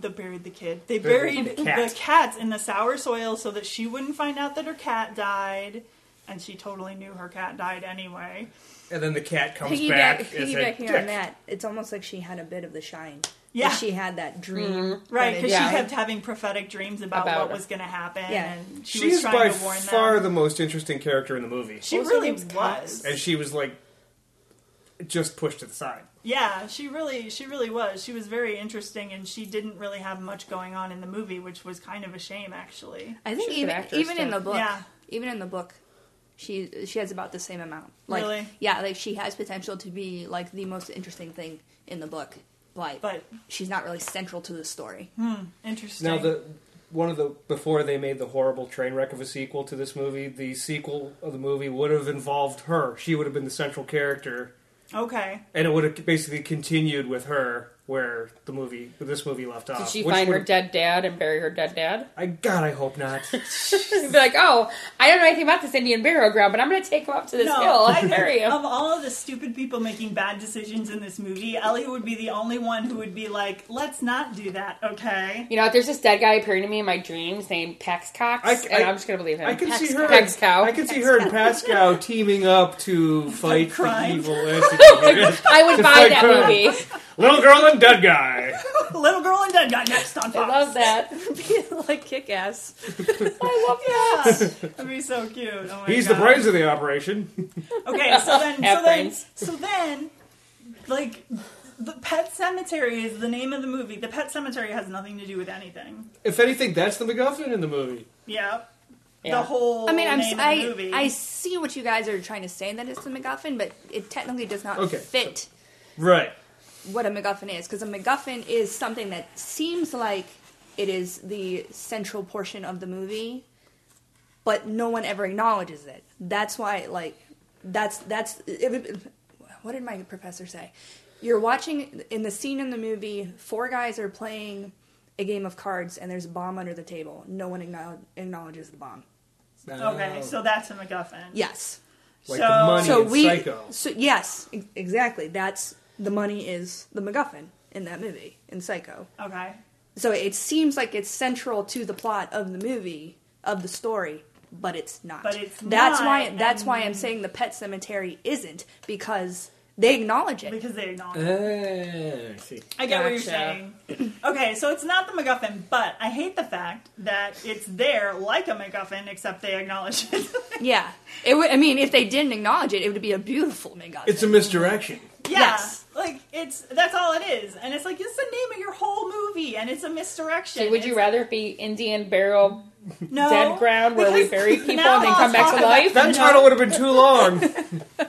Speaker 1: they buried the kid they
Speaker 3: Buried
Speaker 1: buried
Speaker 3: the
Speaker 1: the,
Speaker 3: cat.
Speaker 1: cats in the sour soil so that she wouldn't find out that her cat died and she totally knew her cat died anyway
Speaker 3: And then the cat comes
Speaker 4: piggyback,
Speaker 3: back.
Speaker 4: piggybacking
Speaker 3: as
Speaker 4: on
Speaker 3: a dick.
Speaker 4: that, it's almost like she had a bit of the shine.
Speaker 1: Yeah.
Speaker 4: Like she had that dream.
Speaker 3: Mm-hmm.
Speaker 1: Right,
Speaker 4: that
Speaker 1: because
Speaker 2: Yeah.
Speaker 1: she kept having prophetic dreams about,
Speaker 2: About
Speaker 1: what
Speaker 2: her.
Speaker 1: was going to happen,
Speaker 4: Yeah.
Speaker 1: and she
Speaker 3: She's
Speaker 1: was trying
Speaker 3: by
Speaker 1: to warn
Speaker 3: far
Speaker 1: them.
Speaker 3: the most interesting character in the movie,
Speaker 1: she
Speaker 4: What was her
Speaker 1: really
Speaker 4: name's
Speaker 1: was.
Speaker 4: Cox?
Speaker 3: and she was like just pushed to the side.
Speaker 1: Yeah, she really, she really was. She was very interesting, and she didn't really have much going on in the movie, which was kind of a shame, actually.
Speaker 4: I think
Speaker 2: She's an
Speaker 4: even
Speaker 2: actress,
Speaker 4: even in
Speaker 2: too.
Speaker 4: the book,
Speaker 1: Yeah.
Speaker 4: even in the book, she she has about the same amount. Like
Speaker 1: Really?
Speaker 4: yeah, like she has potential to be like the most interesting thing in the book, like,
Speaker 1: But
Speaker 4: she's not really central to the story.
Speaker 1: interesting.
Speaker 3: Now the one of the before they made the horrible train wreck of a sequel to this movie, the sequel of the movie would have involved her. She would have been the central character,
Speaker 1: okay,
Speaker 3: and it would have basically continued with her where the movie where this movie left off.
Speaker 2: Did she
Speaker 3: which
Speaker 2: find her
Speaker 3: would-
Speaker 2: dead dad and bury her dead dad?
Speaker 3: I God, I hope not.
Speaker 2: She'd be like, oh, I don't know anything about this Indian burial ground, but I'm going to take him up to this hill
Speaker 1: I
Speaker 2: and
Speaker 1: think
Speaker 2: bury him.
Speaker 1: of all of the stupid people making bad decisions in this movie, Ellie would be the only one who would be like, "Let's not do that, okay?"
Speaker 2: You know, if there's this dead guy appearing to me in my dreams named Pax Cox,
Speaker 3: I-
Speaker 2: and
Speaker 3: I-
Speaker 2: I'm just gonna believe him.
Speaker 3: I can see her.
Speaker 2: Peck's cow.
Speaker 3: I can see her and Pascal teaming up to fight the
Speaker 1: Crime.
Speaker 3: evil entity.
Speaker 2: I would buy
Speaker 3: Like
Speaker 2: that
Speaker 3: her.
Speaker 2: movie.
Speaker 3: Little girl and dead guy.
Speaker 1: Little girl and dead guy next on
Speaker 2: I
Speaker 1: Fox.
Speaker 2: love that.
Speaker 4: like kick ass.
Speaker 2: I love that.
Speaker 1: Yeah, that'd be so cute. Oh my
Speaker 3: He's the
Speaker 1: God.
Speaker 3: brains of the operation.
Speaker 1: Okay, so then,
Speaker 2: Half
Speaker 1: so then,
Speaker 2: brains.
Speaker 1: so then, like, the Pet Cemetery is the name of the movie. The Pet Cemetery has nothing to do with anything.
Speaker 3: If anything, that's the MacGuffin in the movie.
Speaker 1: Yeah,
Speaker 2: Yeah.
Speaker 1: the whole.
Speaker 4: I mean, I'm,
Speaker 1: name
Speaker 4: si
Speaker 1: of the movie.
Speaker 4: see what you guys are trying to say that it's a MacGuffin, but it technically does not
Speaker 3: Okay, so-
Speaker 4: fit.
Speaker 3: Right.
Speaker 4: what a MacGuffin is, because a MacGuffin is something that seems like it is the central portion of the movie, but no one ever acknowledges it. That's why, like, that's that's. It, it, what did my professor say? You're watching in the scene in the movie. Four guys are playing a game of cards, and there's a bomb under the table. No one acknowl- acknowledges the bomb.
Speaker 1: Okay, so that's a MacGuffin.
Speaker 4: Yes.
Speaker 3: Oh, Like
Speaker 1: so-
Speaker 3: the money
Speaker 4: So
Speaker 3: in
Speaker 4: we.
Speaker 3: Psycho.
Speaker 4: So yes, e- exactly. That's the money is the MacGuffin in that movie in Psycho.
Speaker 1: Okay.
Speaker 4: So it seems like it's central to the plot of the movie of the story, but it's not.
Speaker 1: But it's
Speaker 4: that's
Speaker 1: not,
Speaker 4: why that's why I'm
Speaker 1: and-
Speaker 4: saying the Pet Cemetery isn't because they acknowledge it.
Speaker 1: Because they acknowledge.
Speaker 5: Ah, I see.
Speaker 1: I get what you're
Speaker 2: Gotcha.
Speaker 1: saying. Okay, so it's not the MacGuffin, but I hate the fact that it's there like a MacGuffin, except they acknowledge it.
Speaker 4: yeah, it would. I mean, if they didn't acknowledge it, it would be a beautiful MacGuffin.
Speaker 5: It's a misdirection.
Speaker 1: yeah,
Speaker 4: Yes.
Speaker 1: like it's that's all it is, and it's like it's the name of your whole movie, and it's a misdirection.
Speaker 2: So would you
Speaker 1: It's-
Speaker 2: rather it be Indian burial
Speaker 1: no,
Speaker 2: dead ground where we
Speaker 1: because
Speaker 2: bury people
Speaker 1: now
Speaker 2: and then
Speaker 1: I'll
Speaker 2: come back
Speaker 1: talk
Speaker 2: to
Speaker 1: about-
Speaker 2: life?
Speaker 3: That title would have been too long.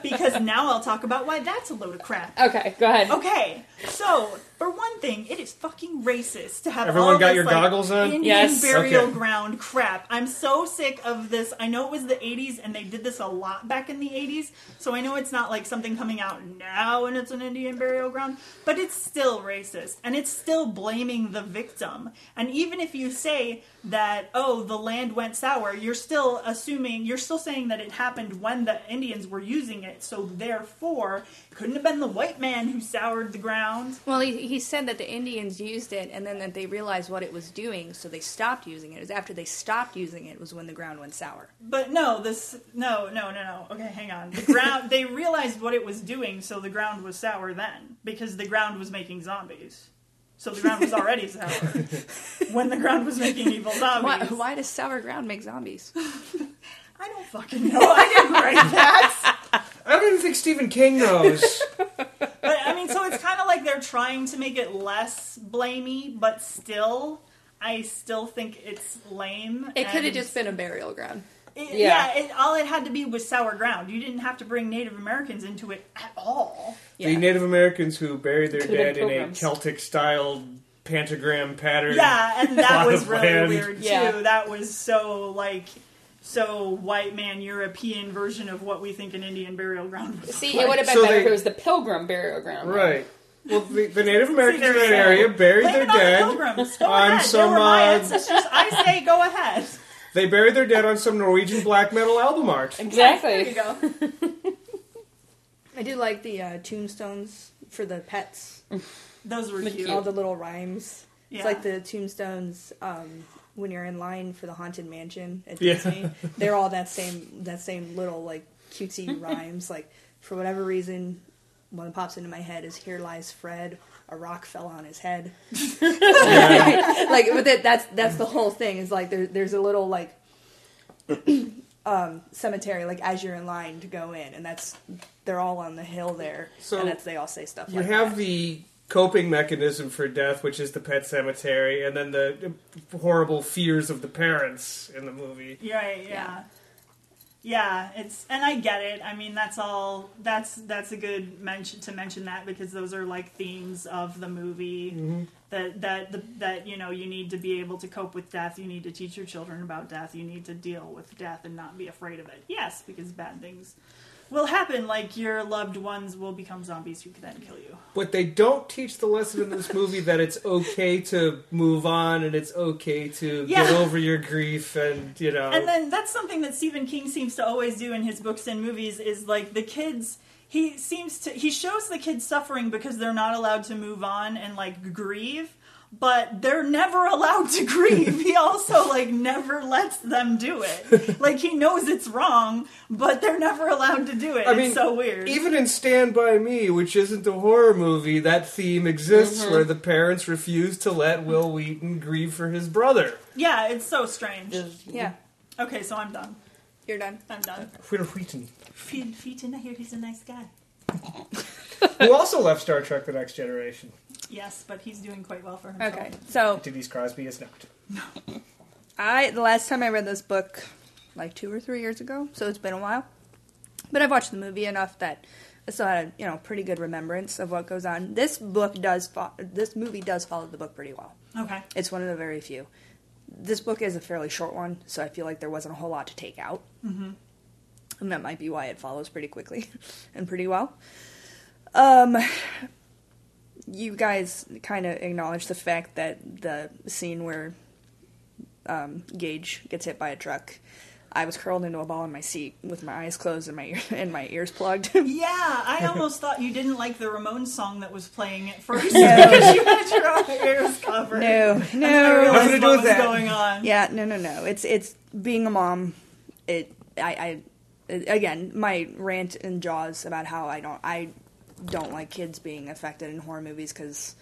Speaker 1: because now I'll talk about why that's a load of crap.
Speaker 2: Okay, go ahead.
Speaker 1: Okay, so for one thing, it is fucking racist to have
Speaker 3: Everyone
Speaker 1: all
Speaker 3: got
Speaker 1: this,
Speaker 3: your
Speaker 1: like,
Speaker 3: goggles on?
Speaker 1: Indian
Speaker 2: Yes.
Speaker 1: burial
Speaker 3: Okay.
Speaker 1: ground crap. I'm so sick of this. I know it was the '80s, and they did this a lot back in the '80s, so I know it's not like something coming out now and it's an Indian burial ground, but it's still racist, and it's still blaming the victim. And even if you say that, oh, the land went sour, you're still assuming, you're still saying that it happened when the Indians were using it, so therefore, couldn't have been the white man who soured the ground.
Speaker 4: well, he, he said that the Indians used it, and then that they realized what it was doing, so they stopped using it. It was after they stopped using it was when the ground went sour.
Speaker 1: But no, this no, no, no, no. Okay, hang on. The ground they realized what it was doing, so the ground was sour then because the ground was making zombies. So the ground was already sour when the ground was making evil
Speaker 4: Why,
Speaker 1: zombies.
Speaker 4: why does sour ground make zombies?
Speaker 1: I don't fucking know. I didn't write that.
Speaker 3: I don't even think Stephen King knows.
Speaker 1: But I mean, so it's kind of like they're trying to make it less blamey, but still, I still think it's lame.
Speaker 4: It could have
Speaker 1: and-
Speaker 4: just been a burial ground.
Speaker 1: It-
Speaker 2: Yeah.
Speaker 1: yeah. it, all it had to be was sour ground. You didn't have to bring Native Americans into it at all.
Speaker 4: Yeah.
Speaker 3: The Native Americans who buried their
Speaker 2: Could've been
Speaker 3: dead in a
Speaker 2: pilgrims.
Speaker 3: Celtic style pentagram pattern.
Speaker 1: Yeah, and that
Speaker 3: Lot
Speaker 1: was
Speaker 3: of
Speaker 1: really
Speaker 3: land.
Speaker 1: weird too.
Speaker 2: Yeah.
Speaker 1: That was so like so white man European version of what we think an Indian burial ground was.
Speaker 2: See, it would have been
Speaker 3: So
Speaker 2: better
Speaker 3: they-
Speaker 2: if it was the pilgrim burial ground.
Speaker 3: Right. Well, the, the Native Americans
Speaker 1: there
Speaker 3: in
Speaker 1: we
Speaker 3: that
Speaker 1: go.
Speaker 3: area buried
Speaker 1: Blame
Speaker 3: their
Speaker 1: it on the
Speaker 3: dead.
Speaker 1: pilgrims. Go
Speaker 3: I'm
Speaker 1: ahead.
Speaker 3: so
Speaker 1: they were my
Speaker 3: mad.
Speaker 1: ancestors. I say go ahead.
Speaker 3: They buried their dead on some Norwegian black metal album art.
Speaker 1: There you
Speaker 2: Exactly.
Speaker 1: go.
Speaker 4: I do like the uh, tombstones for the pets.
Speaker 1: Those were cute.
Speaker 4: All the little rhymes.
Speaker 1: Yeah.
Speaker 4: It's like the tombstones um, when you're in line for the haunted mansion at
Speaker 3: Yeah.
Speaker 4: Disney. They're all that same that same little like cutesy rhymes. Like for whatever reason, one that pops into my head is "Here lies Fred." A rock fell on his head. like, but that, that's that's the whole thing. Is like there, there's a little like um, cemetery, like as you're in line to go in, and that's they're all on the hill there,
Speaker 3: So
Speaker 4: and that's they all say stuff.
Speaker 3: You
Speaker 4: like
Speaker 3: have
Speaker 4: that.
Speaker 3: the coping mechanism for death, which is the pet cemetery, and then the horrible fears of the parents in the movie.
Speaker 1: You're Right, yeah. yeah. it's and I get it. I mean, that's all that's that's a good mention to mention that because those are like themes of the movie that that the, that you know, you need to be able to cope with death, you need to teach your children about death, you need to deal with death and not be afraid of it. Yes, because bad things will happen like your loved ones will become zombies who can then kill you.
Speaker 3: But they don't teach the lesson in this movie that it's okay to move on and it's okay to get
Speaker 1: Yeah.
Speaker 3: over your grief and, you know.
Speaker 1: And then that's something that Stephen King seems to always do in his books and movies is like the kids he seems to he shows the kids suffering because they're not allowed to move on and like grieve, but they're never allowed to grieve. he also like never lets them do it. Like he knows it's wrong, but they're never allowed to do it.
Speaker 3: I mean,
Speaker 1: it's so weird.
Speaker 3: Even in Stand By Me, which isn't a horror movie, that theme exists
Speaker 1: Mm-hmm.
Speaker 3: where the parents refuse to let Will Wheaton grieve for his brother.
Speaker 1: yeah, it's so strange.
Speaker 4: yeah.
Speaker 1: Okay, so I'm done.
Speaker 4: You're done.
Speaker 1: I'm done.
Speaker 3: Will Wheaton.
Speaker 1: Fe- Featon, I hear he's a nice guy.
Speaker 3: Who also left Star Trek The Next Generation.
Speaker 1: Yes, but he's doing quite well for himself.
Speaker 4: Okay, so
Speaker 3: Denise Crosby is not.
Speaker 4: I the last time I read this book, like two or three years ago, so it's been a while. But I've watched the movie enough that I still had a you know pretty good remembrance of what goes on. This book does fo- this movie does follow the book pretty well.
Speaker 1: Okay.
Speaker 4: It's one of the very few. this book is a fairly short one, so I feel like there wasn't a whole lot to take out. Mm-hmm. And that might be why it follows pretty quickly and pretty well. Um, you guys kind of acknowledge the fact that the scene where um, Gage gets hit by a truck. I was curled into a ball in my seat with my eyes closed and my ear- and my ears plugged.
Speaker 1: Yeah, I almost thought you didn't like the Ramones song that was playing at first
Speaker 4: No.
Speaker 1: because you had your own ears covered.
Speaker 4: no,
Speaker 1: And then I
Speaker 4: no,
Speaker 1: realized
Speaker 3: Nothing to do
Speaker 1: what
Speaker 3: with
Speaker 1: was
Speaker 3: that.
Speaker 1: going on.
Speaker 4: Yeah, no, no, no. It's it's being a mom. It I, I again my rant and Jaws about how I don't I don't like kids being affected in horror movies because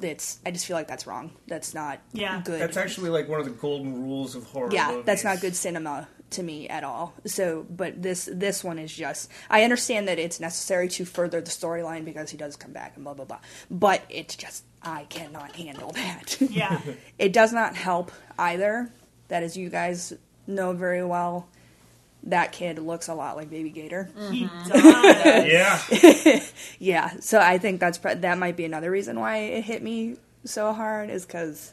Speaker 4: it's I just feel like that's wrong. That's not
Speaker 1: Yeah.
Speaker 4: good.
Speaker 3: That's actually like one of the golden rules of horror.
Speaker 4: yeah,
Speaker 3: movies.
Speaker 4: that's not good cinema to me at all. So, but this this one is just I understand that it's necessary to further the storyline because he does come back and blah blah blah. But it's just I cannot handle that.
Speaker 1: Yeah.
Speaker 4: It does not help either that, as you guys know very well, that kid looks a lot like Baby Gator.
Speaker 1: He
Speaker 4: Mm-hmm.
Speaker 1: does.
Speaker 3: Yeah,
Speaker 4: Yeah, so I think that's pr- that might be another reason why it hit me so hard is because,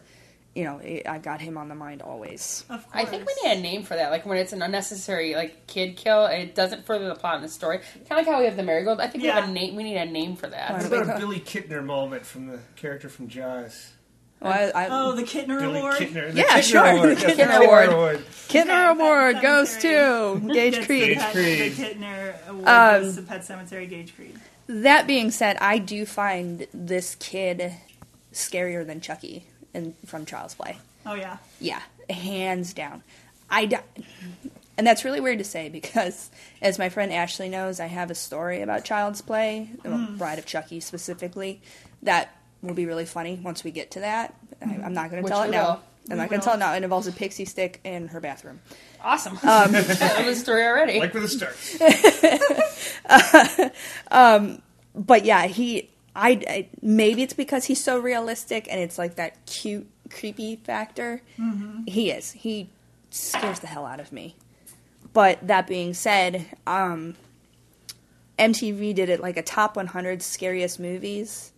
Speaker 4: you know, it, I got him on the mind always.
Speaker 1: Of course.
Speaker 2: I think we need a name for that. Like when it's an unnecessary like kid kill, and it doesn't further the plot in the story. Kind of like how we have the marigold. I think we have a
Speaker 1: Yeah.
Speaker 2: name. We need a name for that.
Speaker 4: Why
Speaker 3: What
Speaker 4: don't we
Speaker 3: about
Speaker 4: call-
Speaker 3: a Billy Kittner moment from the character from Jaws?
Speaker 4: Well, I, I,
Speaker 1: Oh, the Kittner
Speaker 3: Billy
Speaker 1: Award.
Speaker 3: Kittner.
Speaker 4: Yeah, sure,
Speaker 3: Award.
Speaker 4: the
Speaker 3: Yes,
Speaker 4: Kittner Award. Kittner
Speaker 1: Okay,
Speaker 4: Award
Speaker 1: Pet
Speaker 4: goes to
Speaker 1: Cemetery.
Speaker 4: Gage
Speaker 1: Gets
Speaker 4: Creed.
Speaker 1: The, Pet,
Speaker 3: Creed.
Speaker 1: the Kittner Award
Speaker 4: Um,
Speaker 1: goes to Pet Cemetery Gage Creed.
Speaker 4: That being said, I do find this kid scarier than Chucky in, from Child's Play.
Speaker 1: Oh yeah.
Speaker 4: Yeah, hands down. I d- and that's really weird to say because, as my friend Ashley knows, I have a story about Child's Play, well,
Speaker 2: Hmm.
Speaker 4: Bride of Chucky specifically, that will be really funny once we get to that. I, I'm not going to
Speaker 2: Hmm. Which
Speaker 4: tell it
Speaker 2: we
Speaker 4: now.
Speaker 2: will.
Speaker 4: I'm
Speaker 1: We
Speaker 4: not going
Speaker 1: will.
Speaker 4: to tell it now. It involves a pixie stick in her bathroom.
Speaker 2: Awesome. Um, the story already.
Speaker 3: Like with a start.
Speaker 4: But yeah, he. I, I- maybe it's because he's so realistic and it's like that cute creepy factor. He is. He scares the hell out of me. But that being said, um, MTV did it like a top 100 scariest movies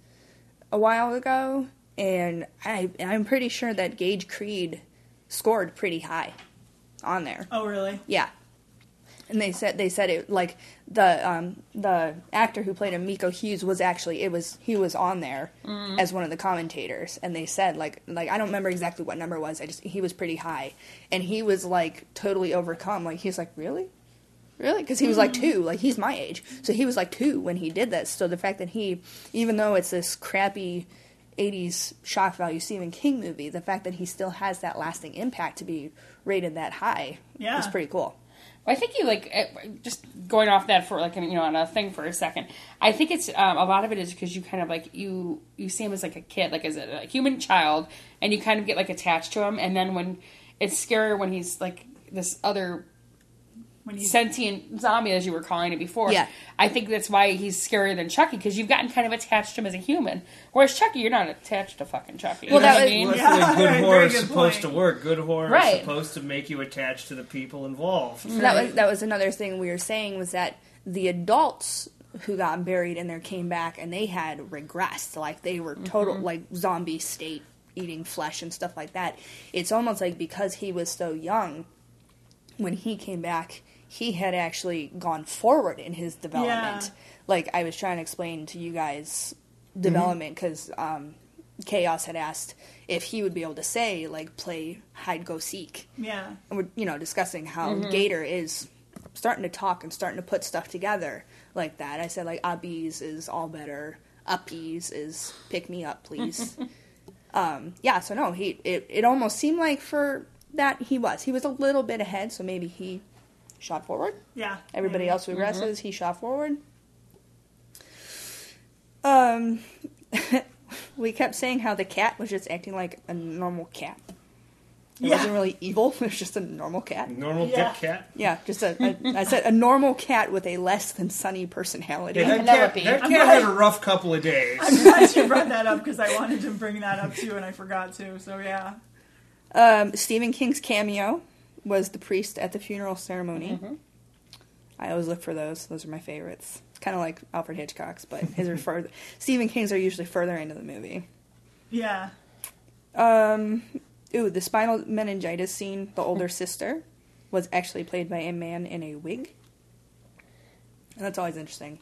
Speaker 4: a while ago, and I I'm pretty sure that Gage Creed scored pretty high on there.
Speaker 1: Oh really?
Speaker 4: Yeah. And they said they said it like the um, the actor who played him, Miko Hughes, was actually it was he was on there as one of the commentators, and they said like like I don't remember exactly what number it was. I just he was pretty high, and he was like totally overcome. Like he was like really, really, because he was like two, like he's my age, so he was like two when he did this. So the fact that he, even though it's this crappy. 80s shock value Stephen King movie. The fact that he still has that lasting impact to be rated that high
Speaker 1: Yeah.
Speaker 4: is pretty cool.
Speaker 2: Well, I think you like eh, just going off that for like you know on a thing for a second. I think it's um, a lot of it is because you kind of like you you see him as like a kid, like as a, a human child, and you kind of get like attached to him. And then when it's scarier when he's like this other
Speaker 1: When you
Speaker 2: sentient zombie, as you were calling it before.
Speaker 4: Yeah.
Speaker 2: I think that's why he's scarier than Chucky because you've gotten kind of attached to him as a human. Whereas Chucky, you're not attached to fucking Chucky. you
Speaker 4: Well,
Speaker 2: know
Speaker 4: that
Speaker 2: what I
Speaker 4: was-
Speaker 2: mean?
Speaker 3: Well, that's
Speaker 1: Yeah,
Speaker 3: the way
Speaker 1: very
Speaker 3: good horror is
Speaker 1: good
Speaker 3: supposed
Speaker 1: point.
Speaker 3: to work. Good horror
Speaker 2: Right.
Speaker 3: is supposed to make you attached to the people involved.
Speaker 4: that was that was another thing we were saying was that the adults who got buried and there came back and they had regressed like they were total like zombie state eating flesh and stuff like that it's almost like because he was so young when he came back he had actually gone forward in his development like i was trying to explain to you guys development because um, chaos had asked if he would be able to say like play hide go seek
Speaker 1: yeah.
Speaker 4: and we're you know discussing how Gator is starting to talk and starting to put stuff together like that. I said like uppies is all better. Uppies is pick me up, please. um, yeah, so no, he it, it almost seemed like for that he was he was a little bit ahead, so maybe he shot forward.
Speaker 1: Yeah.
Speaker 4: Everybody
Speaker 1: maybe.
Speaker 4: else regresses. He shot forward. Um, we kept saying how the cat was just acting like a normal cat. It
Speaker 1: Yeah.
Speaker 4: wasn't really evil. It was just a normal cat.
Speaker 3: Normal
Speaker 1: Yeah.
Speaker 3: dick cat.
Speaker 4: Yeah, just a, a I said a normal cat with a less than sunny personality.
Speaker 3: Yeah, that cat,
Speaker 2: Penelope.
Speaker 3: that
Speaker 1: I'm
Speaker 3: cat
Speaker 1: glad-
Speaker 3: had a rough couple of days.
Speaker 1: I'm glad you brought that up because I wanted to bring that up too, and I forgot to. So yeah.
Speaker 4: Um, Stephen King's cameo was the priest at the funeral ceremony. I always look for those. Those are my favorites. Kind of like Alfred Hitchcock's, but his are further. Stephen King's are usually further into the movie.
Speaker 1: Yeah.
Speaker 4: Um, Ooh, the spinal meningitis scene, the older sister, was actually played by a man in a wig. And that's always interesting.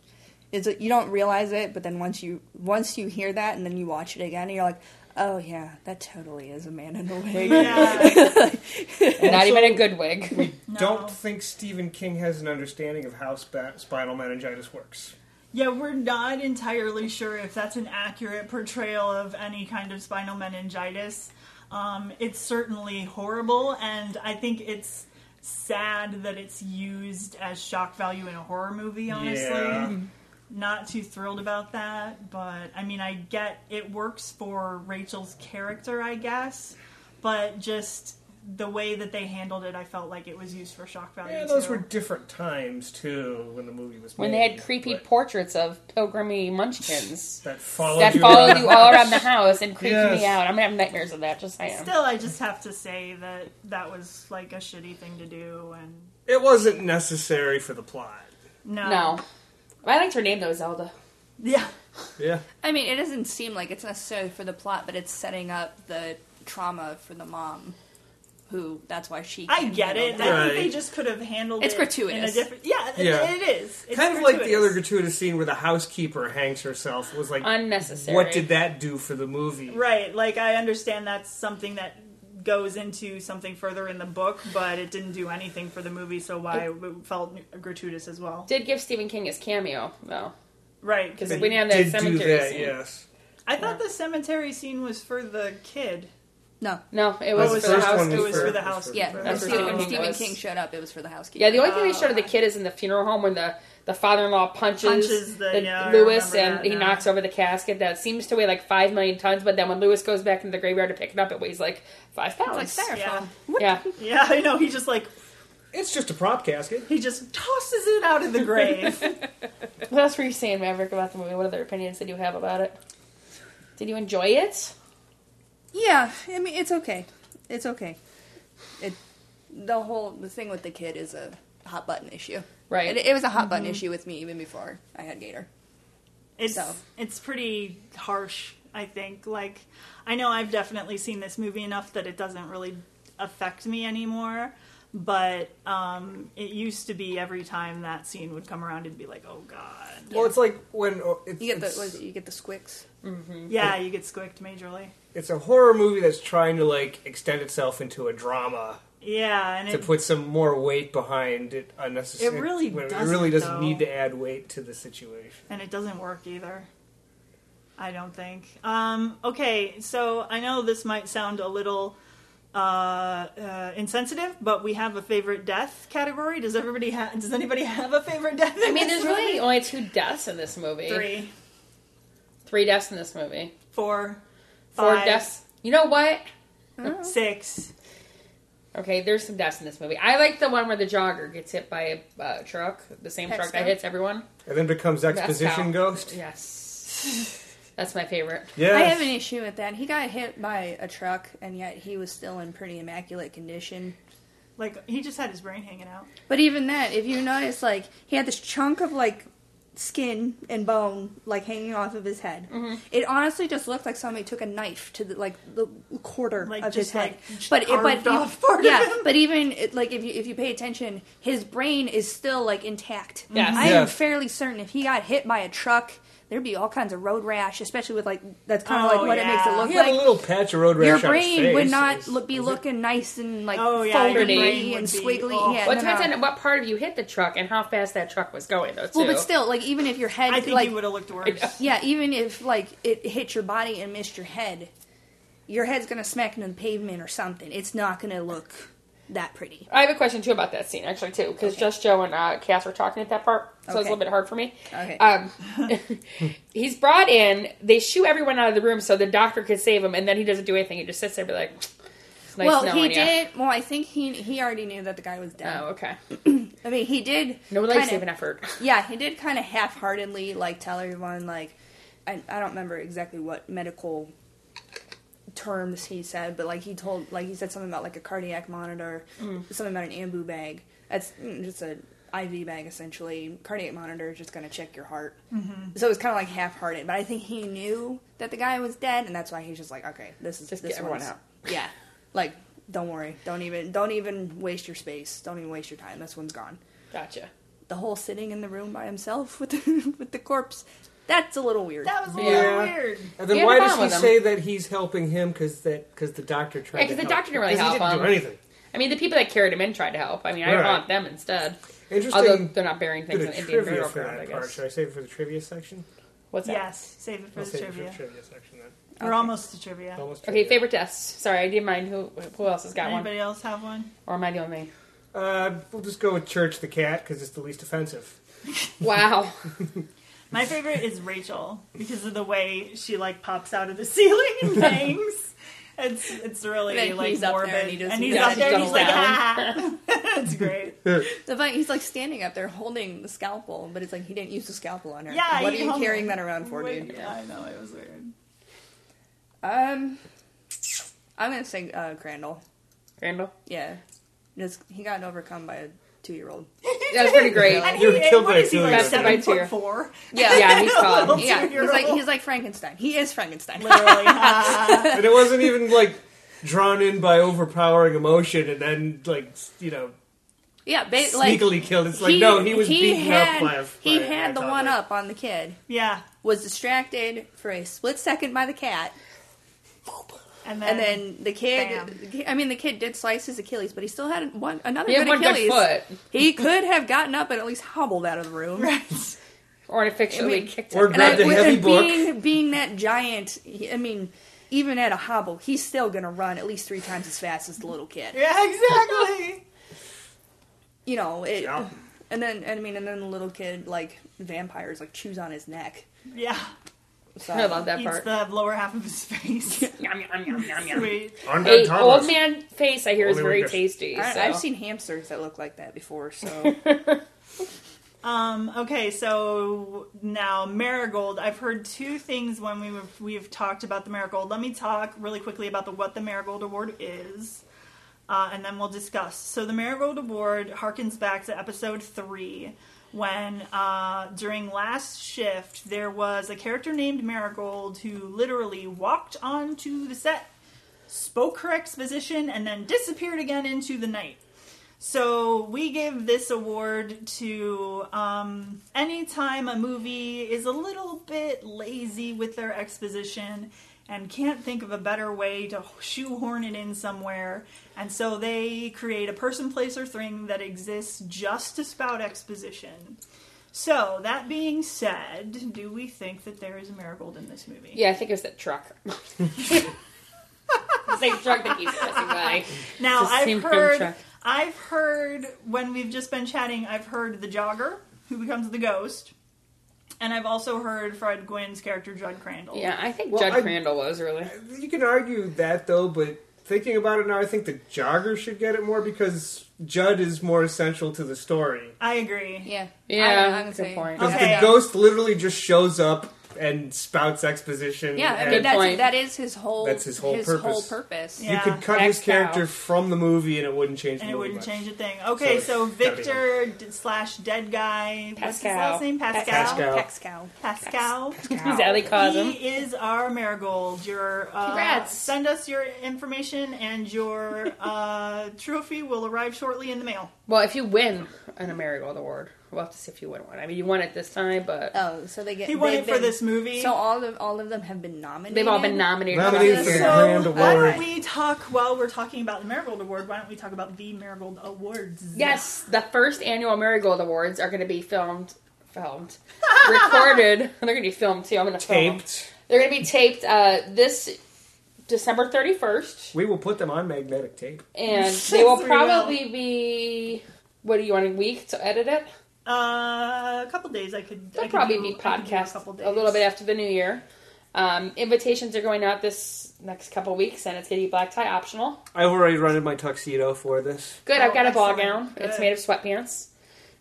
Speaker 4: It's a, you don't realize it, but then once you once you hear that and then you watch it again, you're like, oh yeah, that totally is a man in a wig.
Speaker 1: Yeah.
Speaker 2: Not even a good wig.
Speaker 1: No.
Speaker 3: Don't think Stephen King has an understanding of how spa- spinal meningitis works.
Speaker 1: Yeah, we're not entirely sure if that's an accurate portrayal of any kind of spinal meningitis. Um, it's certainly horrible, and I think it's sad that it's used as shock value in a horror movie, honestly.
Speaker 3: Yeah.
Speaker 1: Not too thrilled about that, but I mean, I get it works for Rachel's character, I guess, but just the way that they handled it, I felt like it was used for shock value.
Speaker 3: Yeah, those
Speaker 1: too.
Speaker 3: were different times too when the movie was.
Speaker 2: When they
Speaker 3: made,
Speaker 2: had creepy
Speaker 3: but
Speaker 2: portraits of pilgrimy munchkins
Speaker 3: that followed
Speaker 2: that
Speaker 3: you
Speaker 2: followed
Speaker 3: around.
Speaker 2: you all around the house and creeped
Speaker 3: Yes.
Speaker 2: me out. I'm gonna have nightmares of that. Just saying.
Speaker 1: Still, I just have to say that that was like a shitty thing to do, and
Speaker 3: It wasn't necessary for the plot.
Speaker 1: no,
Speaker 2: No, I liked her name though, Zelda.
Speaker 1: yeah,
Speaker 3: Yeah,
Speaker 4: I mean, it doesn't seem like it's necessarily for the plot, but it's setting up the trauma for the mom, who that's why she.
Speaker 1: I
Speaker 4: can
Speaker 1: get
Speaker 4: handle
Speaker 1: it.
Speaker 4: that.
Speaker 1: I think they
Speaker 3: Right.
Speaker 1: just could have handled
Speaker 4: It's
Speaker 1: it in a
Speaker 4: gratuitous.
Speaker 1: different. Yeah,
Speaker 3: Yeah.
Speaker 1: It, it is. It's
Speaker 3: kind of like the other
Speaker 1: gratuitous.
Speaker 3: gratuitous scene where the housekeeper hangs herself was like,
Speaker 2: Unnecessary.
Speaker 3: what did that do for the movie?
Speaker 1: right. Like I understand that's something that goes into something further in the book, but it didn't do anything for the movie, so why it, felt gratuitous as well.
Speaker 2: Did give Stephen King his cameo though.
Speaker 1: Right. Because
Speaker 2: 'Cause
Speaker 3: They
Speaker 2: we didn't have
Speaker 3: did
Speaker 2: that
Speaker 3: do
Speaker 2: cemetery
Speaker 3: that,
Speaker 2: scene.
Speaker 3: yes.
Speaker 1: I thought the cemetery scene was for the kid.
Speaker 4: No,
Speaker 2: No, it was,
Speaker 3: Well,
Speaker 1: it was
Speaker 2: for the
Speaker 1: first
Speaker 2: house.
Speaker 1: one
Speaker 2: it
Speaker 1: was
Speaker 2: was-
Speaker 1: for the
Speaker 3: it was
Speaker 1: house.
Speaker 4: yeah,
Speaker 3: for-
Speaker 4: when
Speaker 2: That's
Speaker 4: Stephen,
Speaker 2: what
Speaker 4: when
Speaker 2: Stephen
Speaker 4: Stephen
Speaker 2: was.
Speaker 4: King showed up, it was for the housekeeper.
Speaker 2: Yeah, the only thing they
Speaker 1: Oh.
Speaker 2: showed of the kid is in the funeral home when the, the father in law punches,
Speaker 1: Punches the- yeah, I
Speaker 2: Lewis
Speaker 1: remember
Speaker 2: and
Speaker 1: that
Speaker 2: he
Speaker 1: now.
Speaker 2: knocks over the casket that seems to weigh like five million tons, but then when Lewis goes back into the graveyard to pick it up, it weighs like five
Speaker 4: It's like
Speaker 2: pounds.
Speaker 4: styrofoam.
Speaker 1: Yeah.
Speaker 2: yeah,
Speaker 1: Yeah, I know. He just like
Speaker 3: It's just a prop casket.
Speaker 1: he just tosses it out of the grave.
Speaker 2: what else were you saying, Maverick, about the movie? What other opinions did you have about it? Did you enjoy it?
Speaker 4: Yeah, I mean it's okay. It's okay. It the whole the thing with the kid is a hot button issue.
Speaker 2: Right.
Speaker 4: It, it was a hot
Speaker 3: Mm-hmm.
Speaker 4: button issue with me even before I had Gator.
Speaker 1: It's
Speaker 4: So.
Speaker 1: it's pretty harsh, I think. Like I know I've definitely seen this movie enough that it doesn't really affect me anymore, but um, it used to be every time that scene would come around it'd be like, "Oh god."
Speaker 3: Well, it's like when oh, it's,
Speaker 4: You get the
Speaker 3: it's-
Speaker 4: what is it, you get the squicks.
Speaker 1: Yeah, you get squicked majorly.
Speaker 3: it's a horror movie that's trying to like extend itself into a drama
Speaker 1: Yeah, and
Speaker 3: to
Speaker 1: it,
Speaker 3: put some more weight behind it unnecessarily.
Speaker 1: It really
Speaker 3: when
Speaker 1: doesn't,
Speaker 3: It really doesn't
Speaker 1: though.
Speaker 3: need to add weight to the situation.
Speaker 1: and it doesn't work either. I don't think. Um, okay, so I know this might sound a little uh, uh, insensitive, but we have a favorite death category. Does everybody have? Does anybody have a favorite death?
Speaker 2: I mean, there's really only two deaths in this movie.
Speaker 1: three,
Speaker 2: Three deaths in this movie.
Speaker 1: four,
Speaker 2: Four
Speaker 1: five,
Speaker 2: deaths. You know what?
Speaker 4: Oh.
Speaker 1: six.
Speaker 2: Okay, there's some deaths in this movie. I like the one where the jogger gets hit by a uh, truck, the same
Speaker 4: Hex
Speaker 2: truck that
Speaker 4: truck.
Speaker 2: hits everyone.
Speaker 3: And then becomes exposition
Speaker 2: how-
Speaker 3: ghost.
Speaker 2: Yes. That's my favorite.
Speaker 3: Yes.
Speaker 4: I have an issue with that. He got hit by a truck and yet he was still in pretty immaculate condition.
Speaker 1: Like he just had his brain hanging out.
Speaker 4: But even that, if you notice, like he had this chunk of like skin and bone like hanging off of his head.
Speaker 1: Mm-hmm.
Speaker 4: It honestly just looked like somebody took a knife to the, like the quarter
Speaker 1: Like,
Speaker 4: of
Speaker 1: just,
Speaker 4: his head.
Speaker 1: like,
Speaker 4: but it, but
Speaker 1: carved off part of
Speaker 4: yeah,
Speaker 1: him.
Speaker 4: but even it, like if you if you pay attention, his brain is still like intact.
Speaker 2: Yes.
Speaker 4: I am
Speaker 3: Yes.
Speaker 4: fairly certain if he got hit by a truck. There'd be all kinds of road rash, especially with like that's kind of
Speaker 1: Oh,
Speaker 4: like what it makes it
Speaker 1: yeah.
Speaker 4: look
Speaker 3: He had a
Speaker 4: like.
Speaker 3: little patch of road rash
Speaker 4: Your
Speaker 3: on his
Speaker 4: brain would
Speaker 3: face.
Speaker 4: not
Speaker 3: It's-
Speaker 4: look, be
Speaker 3: is it-
Speaker 4: looking nice and like
Speaker 1: Oh, yeah, your brain
Speaker 4: foldedy
Speaker 1: would
Speaker 4: and
Speaker 1: be-
Speaker 4: swiggly.
Speaker 1: oh.
Speaker 4: Yeah,
Speaker 2: What
Speaker 4: no,
Speaker 2: depends
Speaker 4: no.
Speaker 2: on what part of you hit the truck and how fast that truck was going, though. Too.
Speaker 4: Well, but still, like even if your head,
Speaker 1: I think
Speaker 4: like
Speaker 1: he would have looked worse.
Speaker 4: yeah, even if like it hit your body and missed your head, your head's gonna smack into the pavement or something. It's not gonna look that pretty.
Speaker 2: I have a question too about that scene, actually, too, because just Joe and uh, Cass were talking at that part, so it's
Speaker 4: Okay.
Speaker 2: a little bit hard for me.
Speaker 4: Okay.
Speaker 2: Um, he's brought in. They shoo everyone out of the room so the doctor could save him, and then he doesn't do anything. He just sits there, and be like, "It's nice
Speaker 4: well, he
Speaker 2: knowing ya."
Speaker 4: did. Well, I think he he already knew that the guy was dead.
Speaker 2: Oh, okay.
Speaker 4: I mean, he did.
Speaker 2: No
Speaker 4: kinda-
Speaker 2: life saving effort.
Speaker 4: Yeah, he did kind of half-heartedly like tell everyone like I, I don't remember exactly what medical terms he said, but like he told like he said something about like a cardiac monitor,
Speaker 2: Mm.
Speaker 4: something about an ambu bag. That's mm, just a IV bag essentially. Cardiac monitor is just going to check your heart. Mm-hmm. So it was kind of like half-hearted, but I think he knew that the guy was dead, and that's why he's just like, okay, this is
Speaker 2: Just
Speaker 4: this
Speaker 2: get everyone
Speaker 4: one's-
Speaker 2: out.
Speaker 4: Yeah. Like, don't worry. Don't even don't even waste your space. Don't even waste your time. This one's gone.
Speaker 2: Gotcha.
Speaker 4: The whole sitting in the room by himself with the, with the corpse. That's a little weird.
Speaker 1: That was a
Speaker 2: Yeah.
Speaker 1: little weird.
Speaker 3: And then
Speaker 2: Get
Speaker 3: why
Speaker 2: him
Speaker 3: does
Speaker 2: on
Speaker 3: he
Speaker 2: with him.
Speaker 3: say that he's helping him because that because the doctor tried?
Speaker 2: Yeah, 'cause
Speaker 3: because
Speaker 2: the doctor didn't really
Speaker 3: He
Speaker 2: help
Speaker 3: didn't do
Speaker 2: him.
Speaker 3: anything.
Speaker 2: I mean, the people that carried him in tried to help. I mean, I
Speaker 3: Right.
Speaker 2: want them instead.
Speaker 3: Interesting.
Speaker 2: Although they're not burying
Speaker 3: bit
Speaker 2: things in
Speaker 3: of
Speaker 2: Indian
Speaker 3: trivia
Speaker 2: burial
Speaker 3: for
Speaker 2: ground, I
Speaker 3: that part.
Speaker 2: guess.
Speaker 3: Should I save it for the trivia section?
Speaker 2: What's that?
Speaker 1: Yes, save it for
Speaker 3: I'll
Speaker 1: the
Speaker 3: save it for
Speaker 1: trivia.
Speaker 3: the trivia section then.
Speaker 1: We're almost to trivia.
Speaker 3: Almost
Speaker 2: Okay,
Speaker 3: trivia.
Speaker 2: favorite deaths. Sorry, I didn't mind. Who who else has got one?
Speaker 1: Anybody else have one?
Speaker 2: Or am I doing me?
Speaker 3: Uh, we'll just go with Church the cat because it's the least offensive.
Speaker 2: Wow.
Speaker 1: My favorite is Rachel because of the way she like pops out of the ceiling and bangs. It's it's really
Speaker 4: And then
Speaker 1: like
Speaker 4: he's up
Speaker 1: morbid,
Speaker 4: there and he just-
Speaker 1: and he's
Speaker 2: yeah,
Speaker 1: up there and he's
Speaker 2: doubles
Speaker 1: like, ah. it's great.
Speaker 4: The fact he's like standing up there holding the scalpel, but it's like he didn't use the scalpel on her.
Speaker 1: Yeah,
Speaker 4: what are
Speaker 1: he
Speaker 4: you
Speaker 1: hung-
Speaker 4: carrying that around for, dude?
Speaker 1: Yeah, I know it was weird.
Speaker 4: Um, I'm gonna say uh, Crandall.
Speaker 2: Randall?
Speaker 4: Yeah, just he got overcome by a two year old.
Speaker 2: That's pretty great.
Speaker 1: And he,
Speaker 3: You were killed
Speaker 1: what
Speaker 3: by
Speaker 1: is he
Speaker 3: two
Speaker 1: like
Speaker 3: years ago.
Speaker 1: seven
Speaker 2: By two.
Speaker 1: foot four?
Speaker 4: Yeah,
Speaker 2: Yeah, he's tall.
Speaker 1: Little
Speaker 4: yeah. He's like
Speaker 1: two-year-old.
Speaker 4: he's like Frankenstein. He is Frankenstein.
Speaker 1: Literally, ah.
Speaker 3: and it wasn't even like drawn in by overpowering emotion and then like s- you know
Speaker 4: yeah, ba- like
Speaker 3: sneakily killed. It's like no, he was beaten
Speaker 4: had,
Speaker 3: up by a,
Speaker 4: He
Speaker 3: by a-
Speaker 4: had
Speaker 3: a
Speaker 4: the
Speaker 3: toddler.
Speaker 4: one up on the kid.
Speaker 1: yeah.
Speaker 4: Was distracted for a split second by the cat,
Speaker 1: And then,
Speaker 4: and then the kid.
Speaker 1: Bam.
Speaker 4: the ki- I mean, the kid did slice his Achilles, but he still had one another
Speaker 2: He had
Speaker 4: good
Speaker 2: one good
Speaker 4: Achilles.
Speaker 2: foot.
Speaker 4: He could have gotten up and at least hobbled out of the room.
Speaker 1: right.
Speaker 2: Or an officially
Speaker 4: I mean-
Speaker 2: kicked
Speaker 3: Or
Speaker 2: him.
Speaker 4: And, I,
Speaker 3: grabbed a
Speaker 4: with-
Speaker 3: heavy
Speaker 4: and
Speaker 3: book.
Speaker 4: being being that giant, he- I mean, even at a hobble, he's still going to run at least three times as fast as the little kid.
Speaker 1: Yeah, exactly.
Speaker 4: You know, it,
Speaker 3: Yeah.
Speaker 4: and then and I mean, and then the little kid like vampires like chews on his neck.
Speaker 1: Yeah,
Speaker 4: So
Speaker 2: I love that
Speaker 1: eats
Speaker 2: part.
Speaker 1: the lower half of his face.
Speaker 2: Yum, yum, yum, yum, yum.
Speaker 1: Sweet.
Speaker 2: A
Speaker 3: Undead toddlers.
Speaker 2: old man face I hear is
Speaker 3: Only
Speaker 2: very
Speaker 3: weakness.
Speaker 2: tasty.
Speaker 4: I,
Speaker 2: so.
Speaker 4: I've seen hamsters that look like that before. So
Speaker 1: Um, okay, so now marigold. I've heard two things when we've we've talked about the marigold. Let me talk really quickly about the what the marigold award is, uh, and then we'll discuss. So the marigold award harkens back to episode three, when uh, during last shift there was a character named Marigold who literally walked onto the set, spoke her exposition, and then disappeared again into the night. So we give this award to um, anytime a movie is a little bit lazy with their exposition and can't think of a better way to shoehorn it in somewhere. And so they create a person, place, or thing that exists just to spout exposition. So, that being said, do we think that there is a marigold in this movie?
Speaker 2: Yeah, I think it was that truck. it's like truck that keeps passing by.
Speaker 1: Now
Speaker 2: It's the same
Speaker 1: I've
Speaker 2: cream
Speaker 1: heard,
Speaker 2: truck.
Speaker 1: I've heard when we've just been chatting, I've heard the jogger who becomes the ghost, and I've also heard Fred Gwynn's character Judd Crandall.
Speaker 2: Yeah, I think
Speaker 3: Well,
Speaker 2: Judd
Speaker 3: I-
Speaker 2: Crandall was really.
Speaker 3: You can argue that though, but thinking about it now, I think the jogger should get it more because Judd is more essential to the story.
Speaker 1: I agree.
Speaker 4: yeah,
Speaker 2: Yeah,
Speaker 4: I, I'm gonna
Speaker 2: good
Speaker 4: say-
Speaker 2: point.
Speaker 3: Because
Speaker 1: Okay.
Speaker 3: the ghost literally just shows up and spouts exposition.
Speaker 4: Yeah, I
Speaker 3: and
Speaker 4: mean that's
Speaker 2: point.
Speaker 4: that is his whole
Speaker 3: That's his whole purpose.
Speaker 4: whole purpose.
Speaker 1: Yeah.
Speaker 3: you could cut his
Speaker 2: Xed out.
Speaker 3: character from the movie and it wouldn't change.
Speaker 1: And
Speaker 3: the
Speaker 1: it
Speaker 3: movie
Speaker 1: wouldn't
Speaker 3: much.
Speaker 1: change a thing. Okay, so,
Speaker 3: So it's gotta be
Speaker 1: Victor d- slash dead guy. What's his
Speaker 2: Pascal.
Speaker 1: last name? Pascal.
Speaker 3: Pascal.
Speaker 1: Pascal.
Speaker 4: Pascal.
Speaker 2: Who's Ellie Cosm?
Speaker 1: He is our marigold. Your uh,
Speaker 2: Congrats.
Speaker 1: Send us your information, and your uh, trophy will arrive shortly in the mail.
Speaker 2: Well, if you win an Amerigold Award, we'll have to see if you win one. I mean, you won it this time, but
Speaker 4: Oh, so they get
Speaker 1: He won
Speaker 4: they've
Speaker 1: it for
Speaker 4: been-
Speaker 1: this movie.
Speaker 4: So all of all of them have been nominated.
Speaker 2: they've all been nominated.
Speaker 3: Nominated
Speaker 2: last
Speaker 3: for the
Speaker 2: year.
Speaker 3: Grammy. grand
Speaker 1: So why
Speaker 3: award.
Speaker 1: don't we talk while we're talking about the Marigold Award? Why don't we talk about the Marigold Awards?
Speaker 2: Yes, the first annual Marigold Awards are going to be filmed, filmed, recorded. They're going to be filmed too. I'm going to film. them.
Speaker 3: Taped.
Speaker 2: They're going to be taped uh, this December 31st,
Speaker 3: We will put them on magnetic tape.
Speaker 2: and they will
Speaker 1: Yes, we will.
Speaker 2: probably be. What do you want a week to edit it?
Speaker 1: Uh, a couple days I could. I
Speaker 2: They'll
Speaker 1: could
Speaker 2: probably
Speaker 1: do-
Speaker 2: be
Speaker 1: I could do
Speaker 2: podcast
Speaker 1: a, couple days.
Speaker 2: a little bit after the new year. Um, invitations are going out this next couple weeks, and it's going to be black tie optional.
Speaker 3: I've already run in my tuxedo for this.
Speaker 2: Good.
Speaker 1: Oh,
Speaker 2: I've got a ball
Speaker 1: excellent.
Speaker 2: gown. It's
Speaker 1: Good.
Speaker 2: made of sweatpants.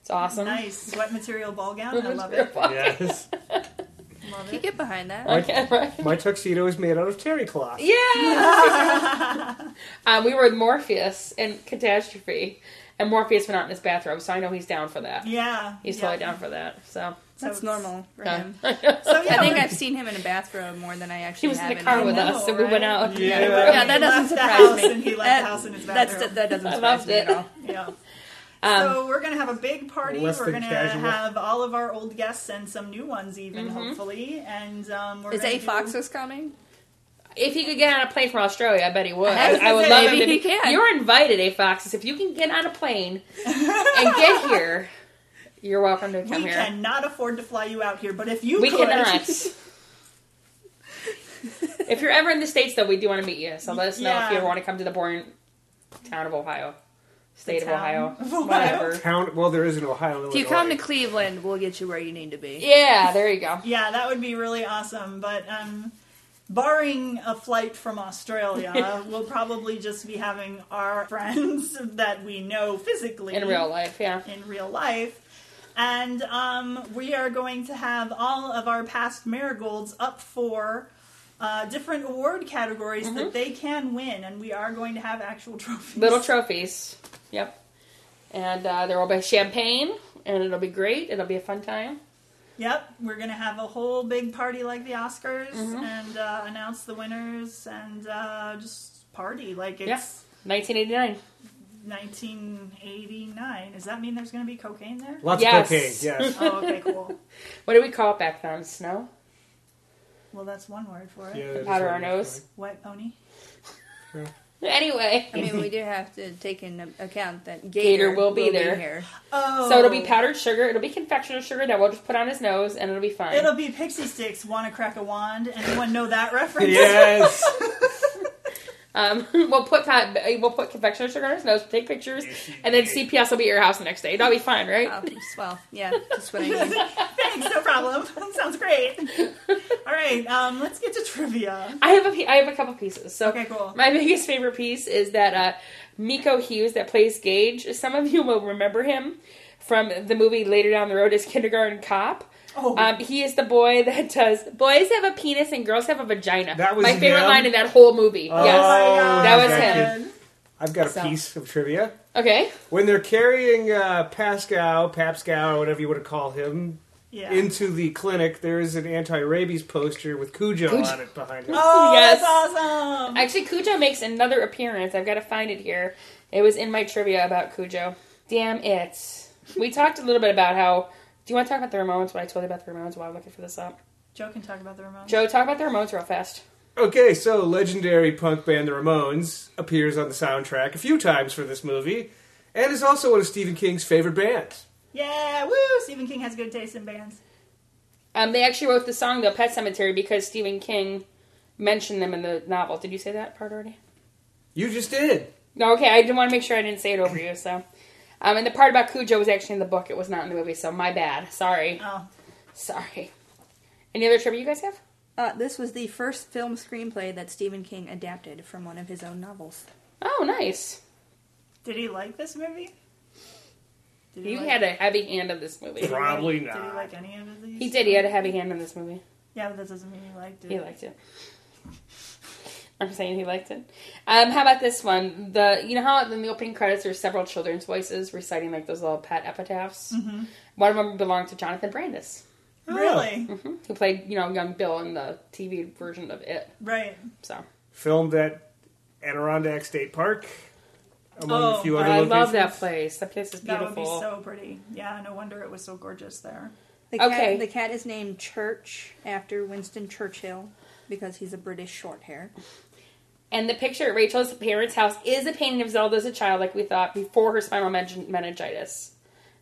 Speaker 2: It's awesome.
Speaker 1: Nice wet material ball gown. I love it.
Speaker 3: Yes.
Speaker 1: Love
Speaker 4: Can you
Speaker 1: it.
Speaker 4: get behind that?
Speaker 2: Okay, right.
Speaker 3: my tuxedo is made out of terry cloth.
Speaker 2: Yeah. um, we were with Morpheus in Catastrophe, and Morpheus went out in his bathrobe, so I know he's down for that.
Speaker 1: Yeah,
Speaker 2: He's
Speaker 1: yeah.
Speaker 2: totally down for that. So
Speaker 4: That's
Speaker 1: it's-
Speaker 4: normal for him.
Speaker 1: So yeah,
Speaker 4: I think
Speaker 1: we're-
Speaker 4: I've seen him in a bathrobe more than I
Speaker 2: He
Speaker 4: actually
Speaker 2: was in
Speaker 4: have
Speaker 2: the car
Speaker 4: my
Speaker 2: with
Speaker 1: know,
Speaker 2: us, and we went
Speaker 1: right?
Speaker 2: out.
Speaker 3: Yeah.
Speaker 4: Yeah, that
Speaker 1: He
Speaker 4: doesn't
Speaker 1: left
Speaker 4: surprise
Speaker 1: the house
Speaker 4: me.
Speaker 1: and he left
Speaker 4: That-
Speaker 1: the house in his
Speaker 4: That's,
Speaker 1: bathroom.
Speaker 4: that doesn't
Speaker 2: I
Speaker 4: surprise
Speaker 2: loved
Speaker 4: me at
Speaker 2: it.
Speaker 4: all.
Speaker 1: yeah.
Speaker 2: Um,
Speaker 1: so we're gonna have a big party.
Speaker 3: Less
Speaker 1: We're
Speaker 3: than
Speaker 1: gonna
Speaker 3: casual.
Speaker 1: have all of our old guests and some new ones, even hopefully. And um, we're
Speaker 4: Is
Speaker 1: gonna
Speaker 4: A
Speaker 1: do-
Speaker 4: Fox was coming?
Speaker 2: If he could get on a plane from Australia, I bet he would.
Speaker 4: I was
Speaker 2: I would
Speaker 4: gonna
Speaker 2: love
Speaker 4: say,
Speaker 2: him to
Speaker 4: maybe
Speaker 2: be.
Speaker 4: he can.
Speaker 2: You're invited, A Foxes. If you can get on a plane and get here, you're welcome to
Speaker 1: We
Speaker 2: come here.
Speaker 1: cannot afford to fly you out here, but if you
Speaker 2: we
Speaker 1: could,
Speaker 2: cannot. if you're ever in the states, though, we do want to meet you. So let us know if
Speaker 1: Yeah.
Speaker 2: you ever want to come to the born town of Ohio, state of
Speaker 1: town
Speaker 2: Ohio,
Speaker 1: of Ohio.
Speaker 2: whatever.
Speaker 3: Town. Well, there is an Ohio.
Speaker 4: If you
Speaker 3: Illinois.
Speaker 4: come to Cleveland, we'll get you where you need to be.
Speaker 2: Yeah, there you go.
Speaker 1: Yeah, that would be really awesome. But um, barring a flight from Australia, we'll probably just be having our friends that we know physically
Speaker 2: In real life, yeah.
Speaker 1: in real life. And um, we are going to have all of our past marigolds up for uh, different award categories that they can win, and we are going to have actual trophies.
Speaker 2: Mm-hmm. Little trophies. Yep. And uh, there will be champagne, and it'll be great. It'll be a fun time.
Speaker 1: Yep, we're gonna have a whole big party like the Oscars
Speaker 2: Mm-hmm.
Speaker 1: and uh, announce the winners and uh, just party like
Speaker 2: Yeah.
Speaker 1: it's
Speaker 2: 1989.
Speaker 1: 1989. Does that mean there's gonna be cocaine there?
Speaker 3: Lots
Speaker 2: Yes.
Speaker 3: of cocaine. Yes.
Speaker 1: oh, okay, cool.
Speaker 2: What did we call it back then? Snow?
Speaker 1: Well, that's one word for it.
Speaker 3: Yeah, that is
Speaker 2: Powder
Speaker 3: what
Speaker 2: our
Speaker 3: it
Speaker 2: nose?
Speaker 3: looks
Speaker 1: Wet pony.
Speaker 2: Anyway.
Speaker 4: I mean, we do have to take into account that Gator,
Speaker 2: Gator will be there.
Speaker 4: here.
Speaker 1: Oh,
Speaker 2: So it'll be powdered sugar. It'll be confectioner's sugar that we'll just put on his nose, and it'll be fine.
Speaker 1: It'll be pixie sticks. Wanna crack a wand? Anyone know that
Speaker 3: like.
Speaker 1: reference?
Speaker 3: Yes.
Speaker 2: Um, we'll put pot, we'll put confectioner's sugar on his nose, take pictures, and then CPS will be at your house the next day. It'll be fine,
Speaker 4: Oh,
Speaker 2: right?
Speaker 4: swell. Yeah, that's what I need.
Speaker 1: Thanks, no problem. That sounds great. All right, um, let's get to trivia.
Speaker 2: I have a pe- I have a couple pieces. So
Speaker 1: Okay, cool.
Speaker 2: my biggest favorite piece is that uh, Miko Hughes that plays Gage. Some of you will remember him from the movie later down the road as Kindergarten Cop.
Speaker 1: Oh,
Speaker 2: Um, he is the boy that does boys have a penis and girls have a vagina.
Speaker 3: That was
Speaker 2: my favorite
Speaker 3: him?
Speaker 2: line in that whole movie.
Speaker 3: Oh,
Speaker 2: yes. That was
Speaker 3: Jackie.
Speaker 1: him.
Speaker 3: I've got a
Speaker 2: So.
Speaker 3: piece of trivia.
Speaker 2: Okay.
Speaker 3: When they're carrying uh, Pascal, Papscow, or whatever you want to call him,
Speaker 1: Yeah.
Speaker 3: into the clinic, there is an anti-rabies poster with Cujo,
Speaker 2: Cujo.
Speaker 3: on it behind him.
Speaker 1: Oh,
Speaker 2: Yes.
Speaker 1: that's awesome.
Speaker 2: Actually, Cujo makes another appearance. I've got to find it here. It was in my trivia about Cujo. Damn it. We talked a little bit about how. Do you want to talk about the Ramones? What I told you about the Ramones while I'm looking for this up.
Speaker 1: Joe can talk about the remote.
Speaker 2: Joe, talk about the Ramones real fast.
Speaker 3: Okay, so legendary punk band The Ramones appears on the soundtrack a few times for this movie, and is also one of Stephen King's favorite bands.
Speaker 1: Yeah, woo! Stephen King has good taste in bands.
Speaker 2: Um, they actually wrote the song though, Pet Cemetery, because Stephen King mentioned them in the novel. Did you say that part already?
Speaker 3: You just did.
Speaker 2: No, okay. I didn't want to make sure I didn't say it over you. So, um, and the part about Cujo was actually in the book. It was not in the movie. So my bad. Sorry.
Speaker 1: Oh,
Speaker 2: Sorry. Any other trivia you guys have?
Speaker 4: Uh, this was the first film screenplay that Stephen King adapted from one of his own novels.
Speaker 2: Oh, nice.
Speaker 1: did he like this movie? Did
Speaker 2: You
Speaker 1: like,
Speaker 2: had a heavy hand in this movie.
Speaker 1: did he like-
Speaker 3: Probably
Speaker 1: Did he
Speaker 3: not.
Speaker 1: like any of these?
Speaker 2: He did. He had a heavy hand in this movie.
Speaker 1: Yeah, but that doesn't mean he liked it.
Speaker 2: He liked it. I'm saying he liked it. Um, how about this one? The you know how in the opening credits there's several children's voices reciting like those little pet epitaphs.
Speaker 1: Mm-hmm.
Speaker 2: One of them belonged to Jonathan Brandis,
Speaker 1: Really?
Speaker 2: hmm who played you know young Bill in the TV version of It.
Speaker 1: Right.
Speaker 2: So
Speaker 3: Filmed at Adirondack State Park, among
Speaker 1: Oh,
Speaker 3: a few
Speaker 2: I
Speaker 3: other
Speaker 2: love
Speaker 3: locations.
Speaker 2: that place. That place is
Speaker 1: That would be
Speaker 2: beautiful.
Speaker 1: so pretty. Yeah, no wonder it was so gorgeous there.
Speaker 4: The cat,
Speaker 2: Okay.
Speaker 4: the cat is named Church after Winston Churchill because he's a British short hair.
Speaker 2: And the picture at Rachel's parents' house is a painting of Zelda as a child, like we thought, before her spinal men- meningitis.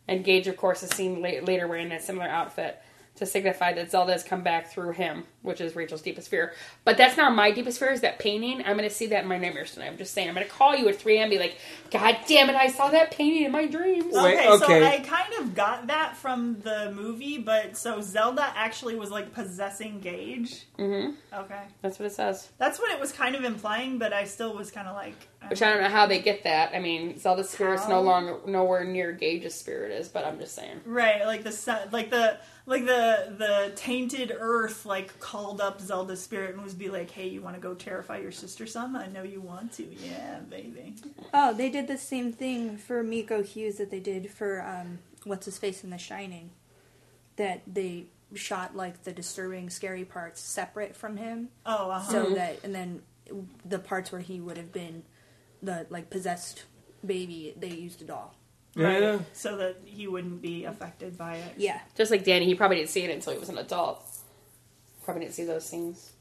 Speaker 2: And Gage, of course, is seen la- later wearing a similar outfit to signify that Zelda has come back through him, which is Rachel's deepest fear. But that's not my deepest fear, is that painting. I'm going to see that in my nightmares tonight. I'm just saying. I'm going to call you at 3 a.m. and be like, God damn it, I saw that painting in my dreams.
Speaker 3: Wait,
Speaker 1: okay,
Speaker 3: okay.
Speaker 1: so I kind of got that from the movie, but so Zelda actually was like possessing Gage.
Speaker 2: hmm
Speaker 1: Okay.
Speaker 2: That's what it says.
Speaker 1: That's what it was kind of implying, but I still was kind of like.
Speaker 2: Which I don't know how they get that. I mean, Zelda's spirit's no
Speaker 1: How?
Speaker 2: longer nowhere near Gage's spirit is, but I'm just saying.
Speaker 1: Right, like the sun, like the like the the tainted earth like called up Zelda's spirit and was be like, "Hey, you want to go terrify your sister some? I know you want to. Yeah, baby."
Speaker 4: Oh, they did the same thing for Miko Hughes that they did for um, what's his face in The Shining. that they shot like the disturbing, scary parts separate from him,
Speaker 1: Oh, uh-huh.
Speaker 4: so that and then the parts where he would have been the like possessed baby, they used a doll.
Speaker 1: right.
Speaker 3: Yeah.
Speaker 1: So that he wouldn't be affected by it.
Speaker 4: Yeah,
Speaker 2: Just like Danny, he probably didn't see it until he was an adult. Probably didn't see those scenes.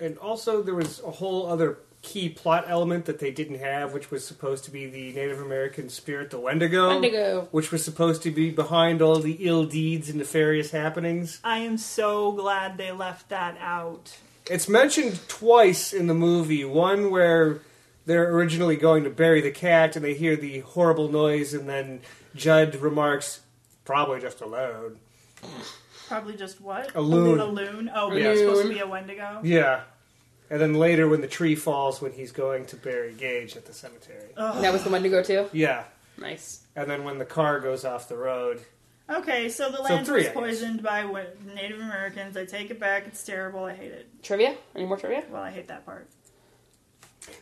Speaker 3: And also, there was a whole other key plot element that they didn't have, which was supposed to be the Native American spirit, the Wendigo.
Speaker 2: Wendigo.
Speaker 3: Which was supposed to be behind all the ill deeds and nefarious happenings.
Speaker 1: I am so glad they left that out.
Speaker 3: It's mentioned twice in the movie. One where they're originally going to bury the cat and they hear the horrible noise, and then Judd remarks, probably just a load.
Speaker 1: Probably just what?
Speaker 3: A loon.
Speaker 1: A loon? Oh, but
Speaker 3: Yeah.
Speaker 1: it's supposed to be a Wendigo?
Speaker 3: Yeah. And then later, when the tree falls, when he's going to bury Gage at the cemetery.
Speaker 2: That was the Wendigo too.
Speaker 3: Yeah.
Speaker 2: Nice.
Speaker 3: And then when the car goes off the road,
Speaker 1: Okay, so the land
Speaker 3: three, I
Speaker 1: was
Speaker 3: guess.
Speaker 1: poisoned by Wen- Native Americans. I take it back. It's terrible. I hate it.
Speaker 2: Trivia? Any more trivia?
Speaker 1: Well, I hate that part.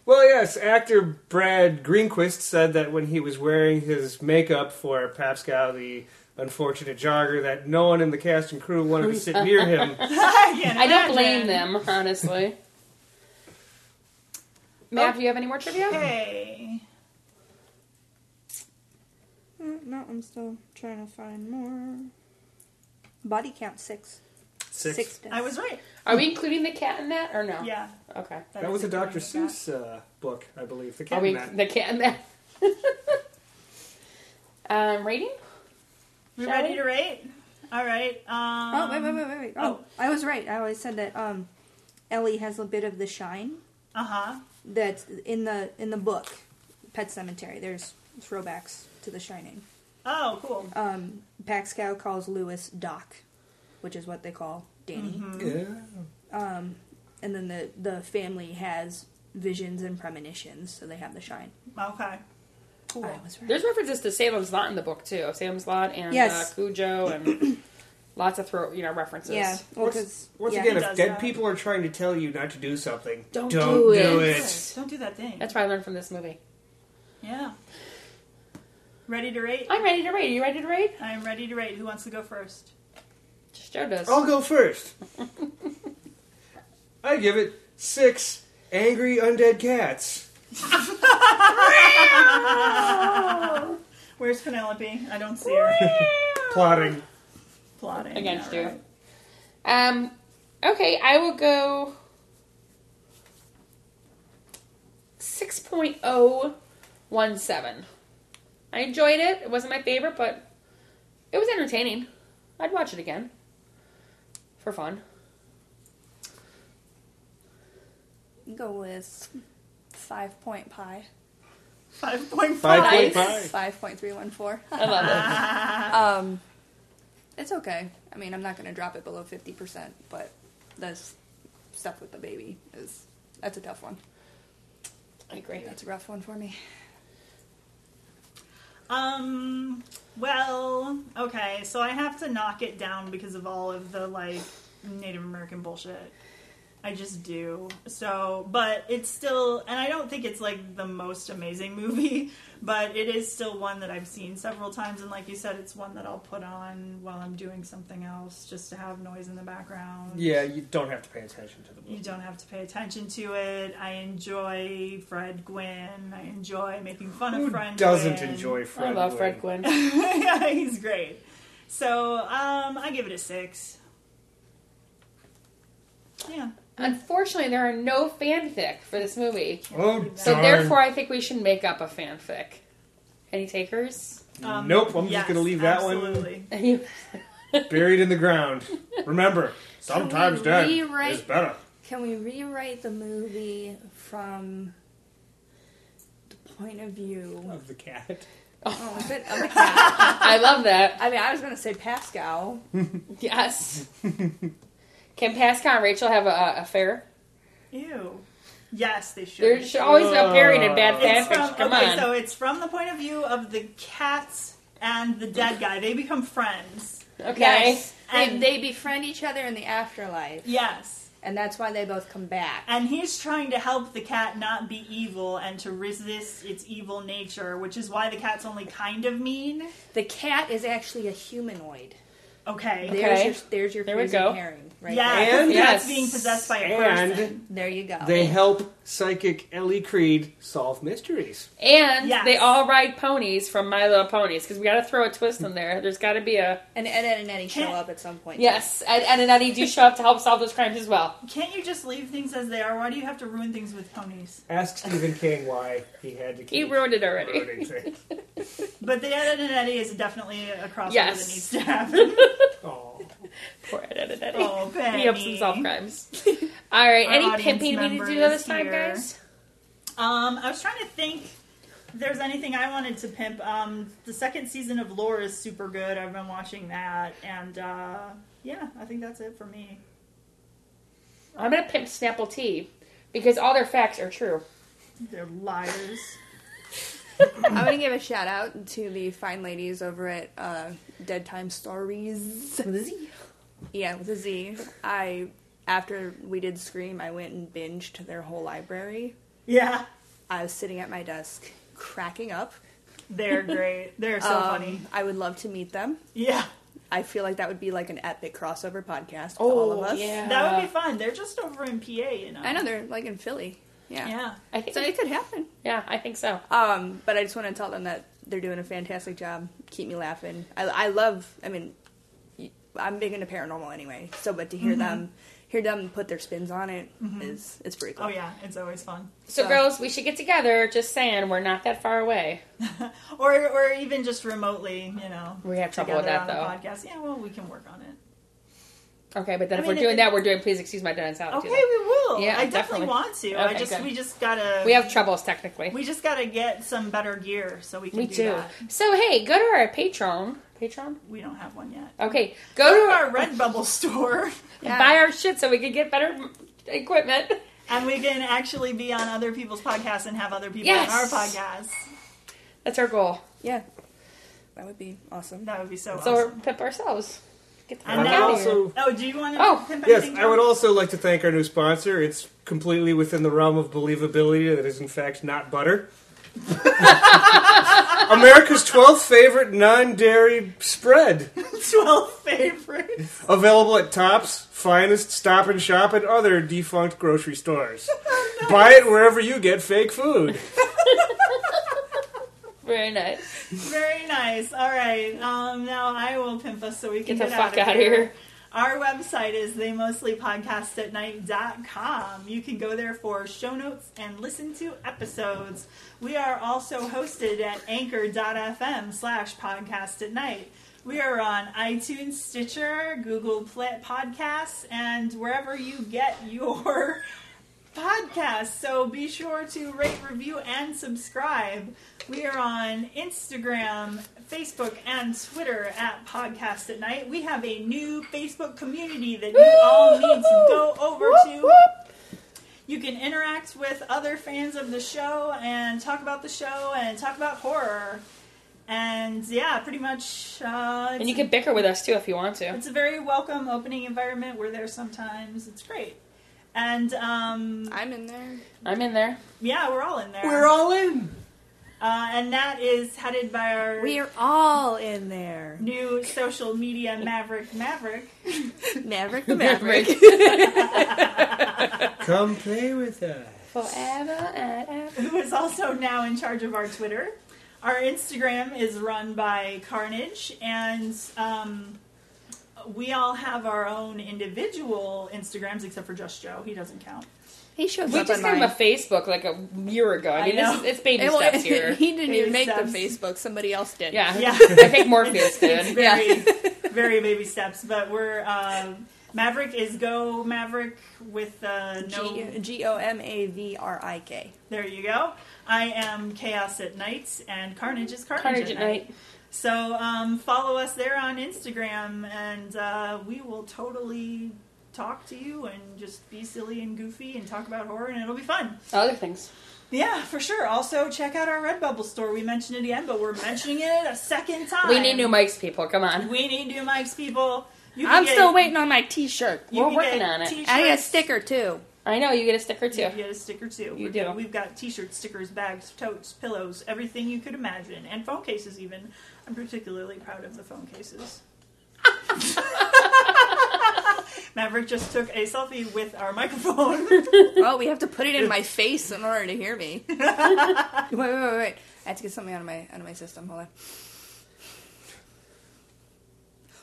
Speaker 3: Well, yes, actor Brad Greenquist said that when he was wearing his makeup for Pascal, the unfortunate jogger, that no one in the cast and crew wanted to sit near him.
Speaker 1: I, can't
Speaker 2: I don't
Speaker 1: imagine.
Speaker 2: blame them, honestly. Matt, do you have any more trivia?
Speaker 1: Okay.
Speaker 4: Mm, no, I'm still trying to find more. Body count six.
Speaker 3: Six.
Speaker 4: Sixpence.
Speaker 1: I was right.
Speaker 2: Are we including the cat in that or no?
Speaker 1: Yeah.
Speaker 2: Okay.
Speaker 3: That was a
Speaker 1: is good
Speaker 3: Dr.
Speaker 1: thing I got.
Speaker 3: Seuss uh, book, I believe. The
Speaker 2: Are
Speaker 3: cat
Speaker 2: we
Speaker 3: Man.
Speaker 2: the cat in that? um, rating?
Speaker 1: We
Speaker 2: Shall
Speaker 1: ready
Speaker 2: we?
Speaker 1: to rate? All right. Um,
Speaker 4: Oh wait, wait, wait, wait, wait. Oh, I was right. I always said that um, Ellie has a bit of the shine
Speaker 1: Uh huh.
Speaker 4: that's in the in the book, Pet Cemetery. There's throwbacks to The Shining.
Speaker 1: Oh, cool.
Speaker 4: Um, Pascal calls Lewis Doc, which is what they call Danny. And then the the family has visions and premonitions, so they have the shine.
Speaker 1: Okay. Cool.
Speaker 4: I was right.
Speaker 2: There's references to Salem's Lot in the book too. Salem's Lot and
Speaker 4: Yes.
Speaker 2: uh, Cujo and lots of throw you know references.
Speaker 4: yeah. Well, because
Speaker 3: Once
Speaker 4: yeah.
Speaker 3: again,
Speaker 1: he
Speaker 3: if
Speaker 1: does
Speaker 3: dead
Speaker 1: that.
Speaker 3: people are trying to tell you not to do something,
Speaker 2: Don't do
Speaker 3: do
Speaker 2: it.
Speaker 3: it.
Speaker 1: Don't do that thing.
Speaker 2: That's what I learned from this movie.
Speaker 1: yeah. Ready to rate?
Speaker 2: I'm ready to rate. Are you ready to rate?
Speaker 1: I'm ready to rate. Who wants to go first?
Speaker 2: Just Joe does.
Speaker 3: I'll go first. I give it six angry undead cats.
Speaker 1: Where's Penelope? I don't see her.
Speaker 3: Plotting.
Speaker 1: Plotting.
Speaker 2: Against
Speaker 1: All
Speaker 2: you.
Speaker 1: right.
Speaker 2: Um, okay, I will go 6.017. I enjoyed it. It wasn't my favorite, but it was entertaining. I'd watch it again for fun.
Speaker 4: go with five point pie.
Speaker 1: 5.5.
Speaker 2: Nice.
Speaker 3: 5.5.
Speaker 4: Five point three one four.
Speaker 2: I love it.
Speaker 4: Um, it's okay. I mean, I'm not going to drop it below 50%, but this stuff with the baby is that's a tough one.
Speaker 2: I agree.
Speaker 4: That's a rough one for me.
Speaker 1: Um. Well, okay. So I have to knock it down because of all of the like Native American bullshit. I just do. So, but it's still, and I don't think it's like the most amazing movie, but it is still one that I've seen several times. And like you said, it's one that I'll put on while I'm doing something else just to have noise in the background.
Speaker 3: Yeah, you don't have to pay attention to the
Speaker 1: You
Speaker 3: movie.
Speaker 1: don't have to pay attention to it. I enjoy Fred Gwynn. I enjoy making fun
Speaker 3: Who
Speaker 1: of Fred
Speaker 3: doesn't
Speaker 1: Gwynn.
Speaker 3: enjoy Fred?
Speaker 2: I love Fred
Speaker 3: Gwynn?
Speaker 2: Gwynn.
Speaker 1: yeah, he's great. So um, I give it a six. Yeah.
Speaker 2: Unfortunately, there are no fanfic for this movie.
Speaker 3: Oh,
Speaker 2: So
Speaker 3: darn.
Speaker 2: therefore, I think we should make up a fanfic. Any takers?
Speaker 1: Um,
Speaker 3: Nope, I'm just gonna leave that one.
Speaker 1: absolutely.
Speaker 2: Any-
Speaker 3: buried in the ground. Remember, sometimes
Speaker 4: we
Speaker 3: dead
Speaker 4: rewrite-
Speaker 3: is better.
Speaker 4: Can we rewrite the movie from the point of view?
Speaker 3: Of the cat.
Speaker 4: Oh, is it? of the cat?
Speaker 2: I love that.
Speaker 4: I mean, I was going to say Pascal.
Speaker 2: Yes. Can Pascal and Rachel have a, a affair?
Speaker 1: Ew. Yes, they should.
Speaker 2: There should always be a period in bad
Speaker 1: It's
Speaker 2: fanfiction.
Speaker 1: from,
Speaker 2: Come
Speaker 1: okay,
Speaker 2: on.
Speaker 1: so it's from the point of view of the cats and the dead guy. They become friends.
Speaker 2: okay.
Speaker 4: And
Speaker 1: And-
Speaker 4: they befriend each other in the afterlife,
Speaker 1: Yes.
Speaker 4: and that's why they both come back.
Speaker 1: And he's trying to help the cat not be evil and to resist its evil nature, which is why the cat's only kind of mean.
Speaker 4: The cat is actually a humanoid.
Speaker 1: Okay.
Speaker 2: There-
Speaker 4: There's
Speaker 2: Okay.
Speaker 4: your, there's your
Speaker 2: There we
Speaker 4: poison
Speaker 2: go.
Speaker 4: herring. Right
Speaker 1: yeah,
Speaker 4: there.
Speaker 3: And-
Speaker 1: that's
Speaker 2: Yes.
Speaker 1: being possessed by a
Speaker 3: And-
Speaker 1: person.
Speaker 4: There you go.
Speaker 3: They help psychic Ellie Creed solve mysteries.
Speaker 2: And
Speaker 1: Yes.
Speaker 2: they all ride ponies from My Little Ponies because we got to throw a twist in there. There's got to be a
Speaker 4: and Ed, Ed and Eddie show
Speaker 1: Can't-
Speaker 4: up at some point.
Speaker 2: yes. Ed, Ed and Eddie do show up to help solve those crimes as well.
Speaker 1: Can't you just leave things as they are? Why do you have to ruin things with ponies?
Speaker 3: Ask Stephen King why he had to keep
Speaker 2: He ruined it already.
Speaker 3: ruining things.
Speaker 1: But the Ed, Ed and Eddie is definitely a crossover
Speaker 2: Yes.
Speaker 1: that needs to happen.
Speaker 3: Aw.
Speaker 2: Poor Ed, Ed and Eddie.
Speaker 1: oh, Penny.
Speaker 2: He helps him solve crimes. All right.
Speaker 1: Our
Speaker 2: any
Speaker 1: audience
Speaker 2: pimping we need to do
Speaker 1: member is
Speaker 2: this time,
Speaker 1: here.
Speaker 2: guys?
Speaker 1: Um, I was trying to think. If there's anything I wanted to pimp. Um, the second season of Lore is super good. I've been watching that, and uh, yeah, I think that's it for me.
Speaker 2: I'm gonna pimp Snapple Tea because all their facts are true.
Speaker 1: They're liars.
Speaker 4: I'm gonna give a shout out to the fine ladies over at uh, Dead Time Stories. Yeah, with a Z. I after we did Scream, I went and binged their whole library.
Speaker 1: Yeah,
Speaker 4: I was sitting at my desk, cracking up.
Speaker 1: they're great. They're so
Speaker 4: Um,
Speaker 1: funny.
Speaker 4: I would love to meet them.
Speaker 1: Yeah,
Speaker 4: I feel like that would be like an epic crossover podcast. Oh, all of us.
Speaker 2: yeah.
Speaker 1: that would be fun. They're just over in PA, you know.
Speaker 4: I know they're like in Philly. Yeah.
Speaker 1: Yeah.
Speaker 2: I think.
Speaker 4: So it could happen.
Speaker 2: yeah, I think so.
Speaker 4: Um, but I just want to tell them that they're doing a fantastic job. Keep me laughing. I, I love. I mean, y- I'm big into paranormal anyway. So, but to hear them, hear them put their spins on it is is pretty cool.
Speaker 1: Oh yeah, it's always fun.
Speaker 2: So,
Speaker 4: So-
Speaker 2: girls, we should get together. Just saying, we're not that far away.
Speaker 1: Or or even just remotely, you know.
Speaker 2: We have trouble with
Speaker 1: together
Speaker 2: that,
Speaker 1: on the Podcast. Yeah, well, we can work on it.
Speaker 2: Okay, but then
Speaker 1: I mean,
Speaker 2: if we're
Speaker 1: if
Speaker 2: doing
Speaker 1: it-
Speaker 2: that, we're doing. Please excuse my
Speaker 1: Okay,
Speaker 2: denisality.
Speaker 1: we will.
Speaker 2: Yeah,
Speaker 1: I definitely,
Speaker 2: definitely.
Speaker 1: want to. I
Speaker 2: Okay,
Speaker 1: just
Speaker 2: good.
Speaker 1: we just gotta
Speaker 2: we have troubles technically.
Speaker 1: we just gotta get some better gear so we can
Speaker 2: We
Speaker 1: do,
Speaker 2: do.
Speaker 1: that.
Speaker 2: So hey, go to our Patreon. Patreon.
Speaker 1: We don't have one yet.
Speaker 2: Okay,
Speaker 1: Go
Speaker 2: go
Speaker 1: to
Speaker 2: to our
Speaker 1: our Redbubble store,
Speaker 4: Yeah.
Speaker 2: buy our shit so we can get better equipment.
Speaker 1: and we can actually be on other people's podcasts and have other people
Speaker 2: Yes.
Speaker 1: on our podcast.
Speaker 2: That's our goal.
Speaker 4: Yeah, that would be awesome.
Speaker 1: That would be so,
Speaker 2: So
Speaker 1: awesome.
Speaker 2: we're pimp ourselves. Get the
Speaker 1: And
Speaker 2: fuck
Speaker 3: I would
Speaker 1: now-
Speaker 2: out of here.
Speaker 3: also,
Speaker 1: Oh, do you want to?
Speaker 2: Oh.
Speaker 1: pimp
Speaker 3: yes,
Speaker 1: anything,
Speaker 3: I would
Speaker 1: John?
Speaker 3: also like to thank our new sponsor. It's completely within the realm of believability that is, in fact, not butter. America's 12th favorite non dairy spread.
Speaker 1: twelve favorites.
Speaker 3: Available at Tops, Finest, Stop and Shop, and other defunct grocery stores. Buy it wherever you get fake food.
Speaker 2: Very nice.
Speaker 1: Very nice. All right. Um, now I will pimp us so we can
Speaker 2: Get
Speaker 1: get,
Speaker 2: the fuck
Speaker 1: out
Speaker 2: out of here.
Speaker 1: Our website is theymostlypodcastatnight.com. You can go there for show notes and listen to episodes. We are also hosted at anchor.fm slash podcast at night. We are on iTunes, Stitcher, Google Play Podcasts, and wherever you get your podcast. So be sure to rate, review, and subscribe. We are on Instagram, Facebook, and Twitter at Podcast at Night. We have a new Facebook community that you all need to go over to. You can interact with other fans of the show and talk about the show and talk about horror. And yeah, pretty much. Uh, it's,
Speaker 2: And you can bicker with us too if you want to.
Speaker 1: it's a very welcome opening environment. We're there sometimes. It's great. And um,
Speaker 4: I'm in there.
Speaker 2: I'm in there.
Speaker 1: yeah, we're all in there.
Speaker 3: all in.
Speaker 1: uh, and that is headed by our
Speaker 4: We're all in there.
Speaker 1: new social media maverick, Maverick.
Speaker 4: Maverick the Maverick.
Speaker 3: Come play with us.
Speaker 2: Forever and ever.
Speaker 1: who is also now in charge of our Twitter. Our Instagram is run by Carnage, and um, we all have our own individual Instagrams, except for Just Joe. He doesn't count.
Speaker 4: he shows
Speaker 2: We
Speaker 4: up
Speaker 2: just
Speaker 4: on
Speaker 2: gave him a
Speaker 4: mine.
Speaker 2: Facebook like a year ago. I
Speaker 1: I
Speaker 2: mean,
Speaker 1: know.
Speaker 2: this is, it's baby
Speaker 4: It wa-
Speaker 2: steps here.
Speaker 4: he didn't
Speaker 1: Baby
Speaker 4: even make
Speaker 1: steps.
Speaker 4: the Facebook. Somebody else did.
Speaker 2: Yeah.
Speaker 1: Yeah.
Speaker 2: I think Morpheus did.
Speaker 1: very, very baby steps, but we're. Um, Maverick is go Maverick with uh, no
Speaker 4: G- G O M A V R I K.
Speaker 1: There you go. I am Chaos at Night, and Carnage is Carnage,
Speaker 2: Carnage at night.
Speaker 1: So um, follow us there on Instagram, and uh, we will totally talk to you and just be silly and goofy and talk about horror, and it'll be fun.
Speaker 2: Other things.
Speaker 1: Yeah, for sure. Also, check out our Redbubble store. We mentioned it again, but we're mentioning it a second time.
Speaker 2: We need new mics, people. Come on.
Speaker 1: We need new mics, people. You can
Speaker 4: I'm
Speaker 1: get-
Speaker 4: still waiting on my T-shirt.
Speaker 1: you
Speaker 2: We're
Speaker 1: can
Speaker 2: working
Speaker 1: get
Speaker 2: on it.
Speaker 1: t-shirts.
Speaker 4: I need a sticker too.
Speaker 2: I know you get a sticker too.
Speaker 1: You can get a sticker too.
Speaker 2: You
Speaker 1: We're
Speaker 2: do.
Speaker 1: good. We've got t-shirts, stickers, bags, totes, pillows, everything you could imagine, and phone cases even. I'm particularly proud of the phone cases. Maverick just took a selfie with our microphone.
Speaker 4: Oh, we have to put it in my face in order to hear me. wait, wait, wait, wait. I have to get something out of my out of my system. Hold on.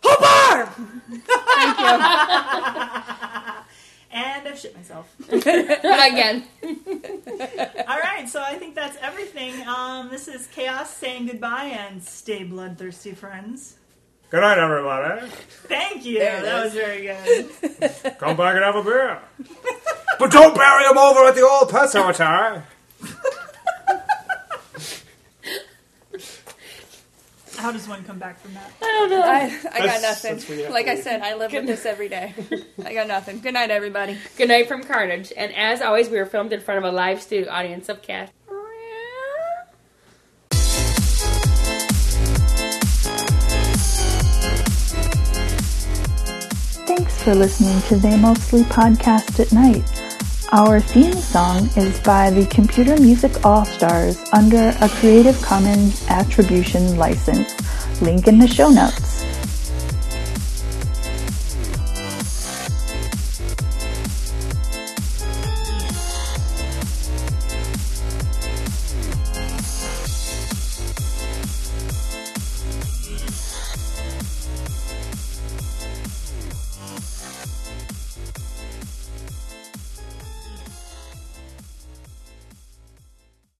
Speaker 4: Hobar!
Speaker 1: and I've shit myself.
Speaker 2: Again.
Speaker 1: All right, so I think that's everything. Um, this is Chaos saying goodbye and stay bloodthirsty, friends.
Speaker 3: Good night, everybody.
Speaker 1: Thank you.
Speaker 4: There it
Speaker 1: That was
Speaker 4: is.
Speaker 1: very good.
Speaker 3: Come back and have a beer. but don't bury him over at the old pet cemetery.
Speaker 1: How does one come back from that?
Speaker 4: I, I got
Speaker 3: That's-
Speaker 4: nothing.
Speaker 3: that's what you have
Speaker 4: Like
Speaker 3: to
Speaker 4: I
Speaker 3: do.
Speaker 4: said, I live with this every day. I got nothing. Good night, everybody.
Speaker 2: Good night from Carnage. And as always, we were filmed in front of a live studio audience of cast.
Speaker 6: Thanks for listening to They Mostly Podcast at Night. Our theme song is by the Computer Music All Stars under a Creative Commons Attribution license. Link in the show notes.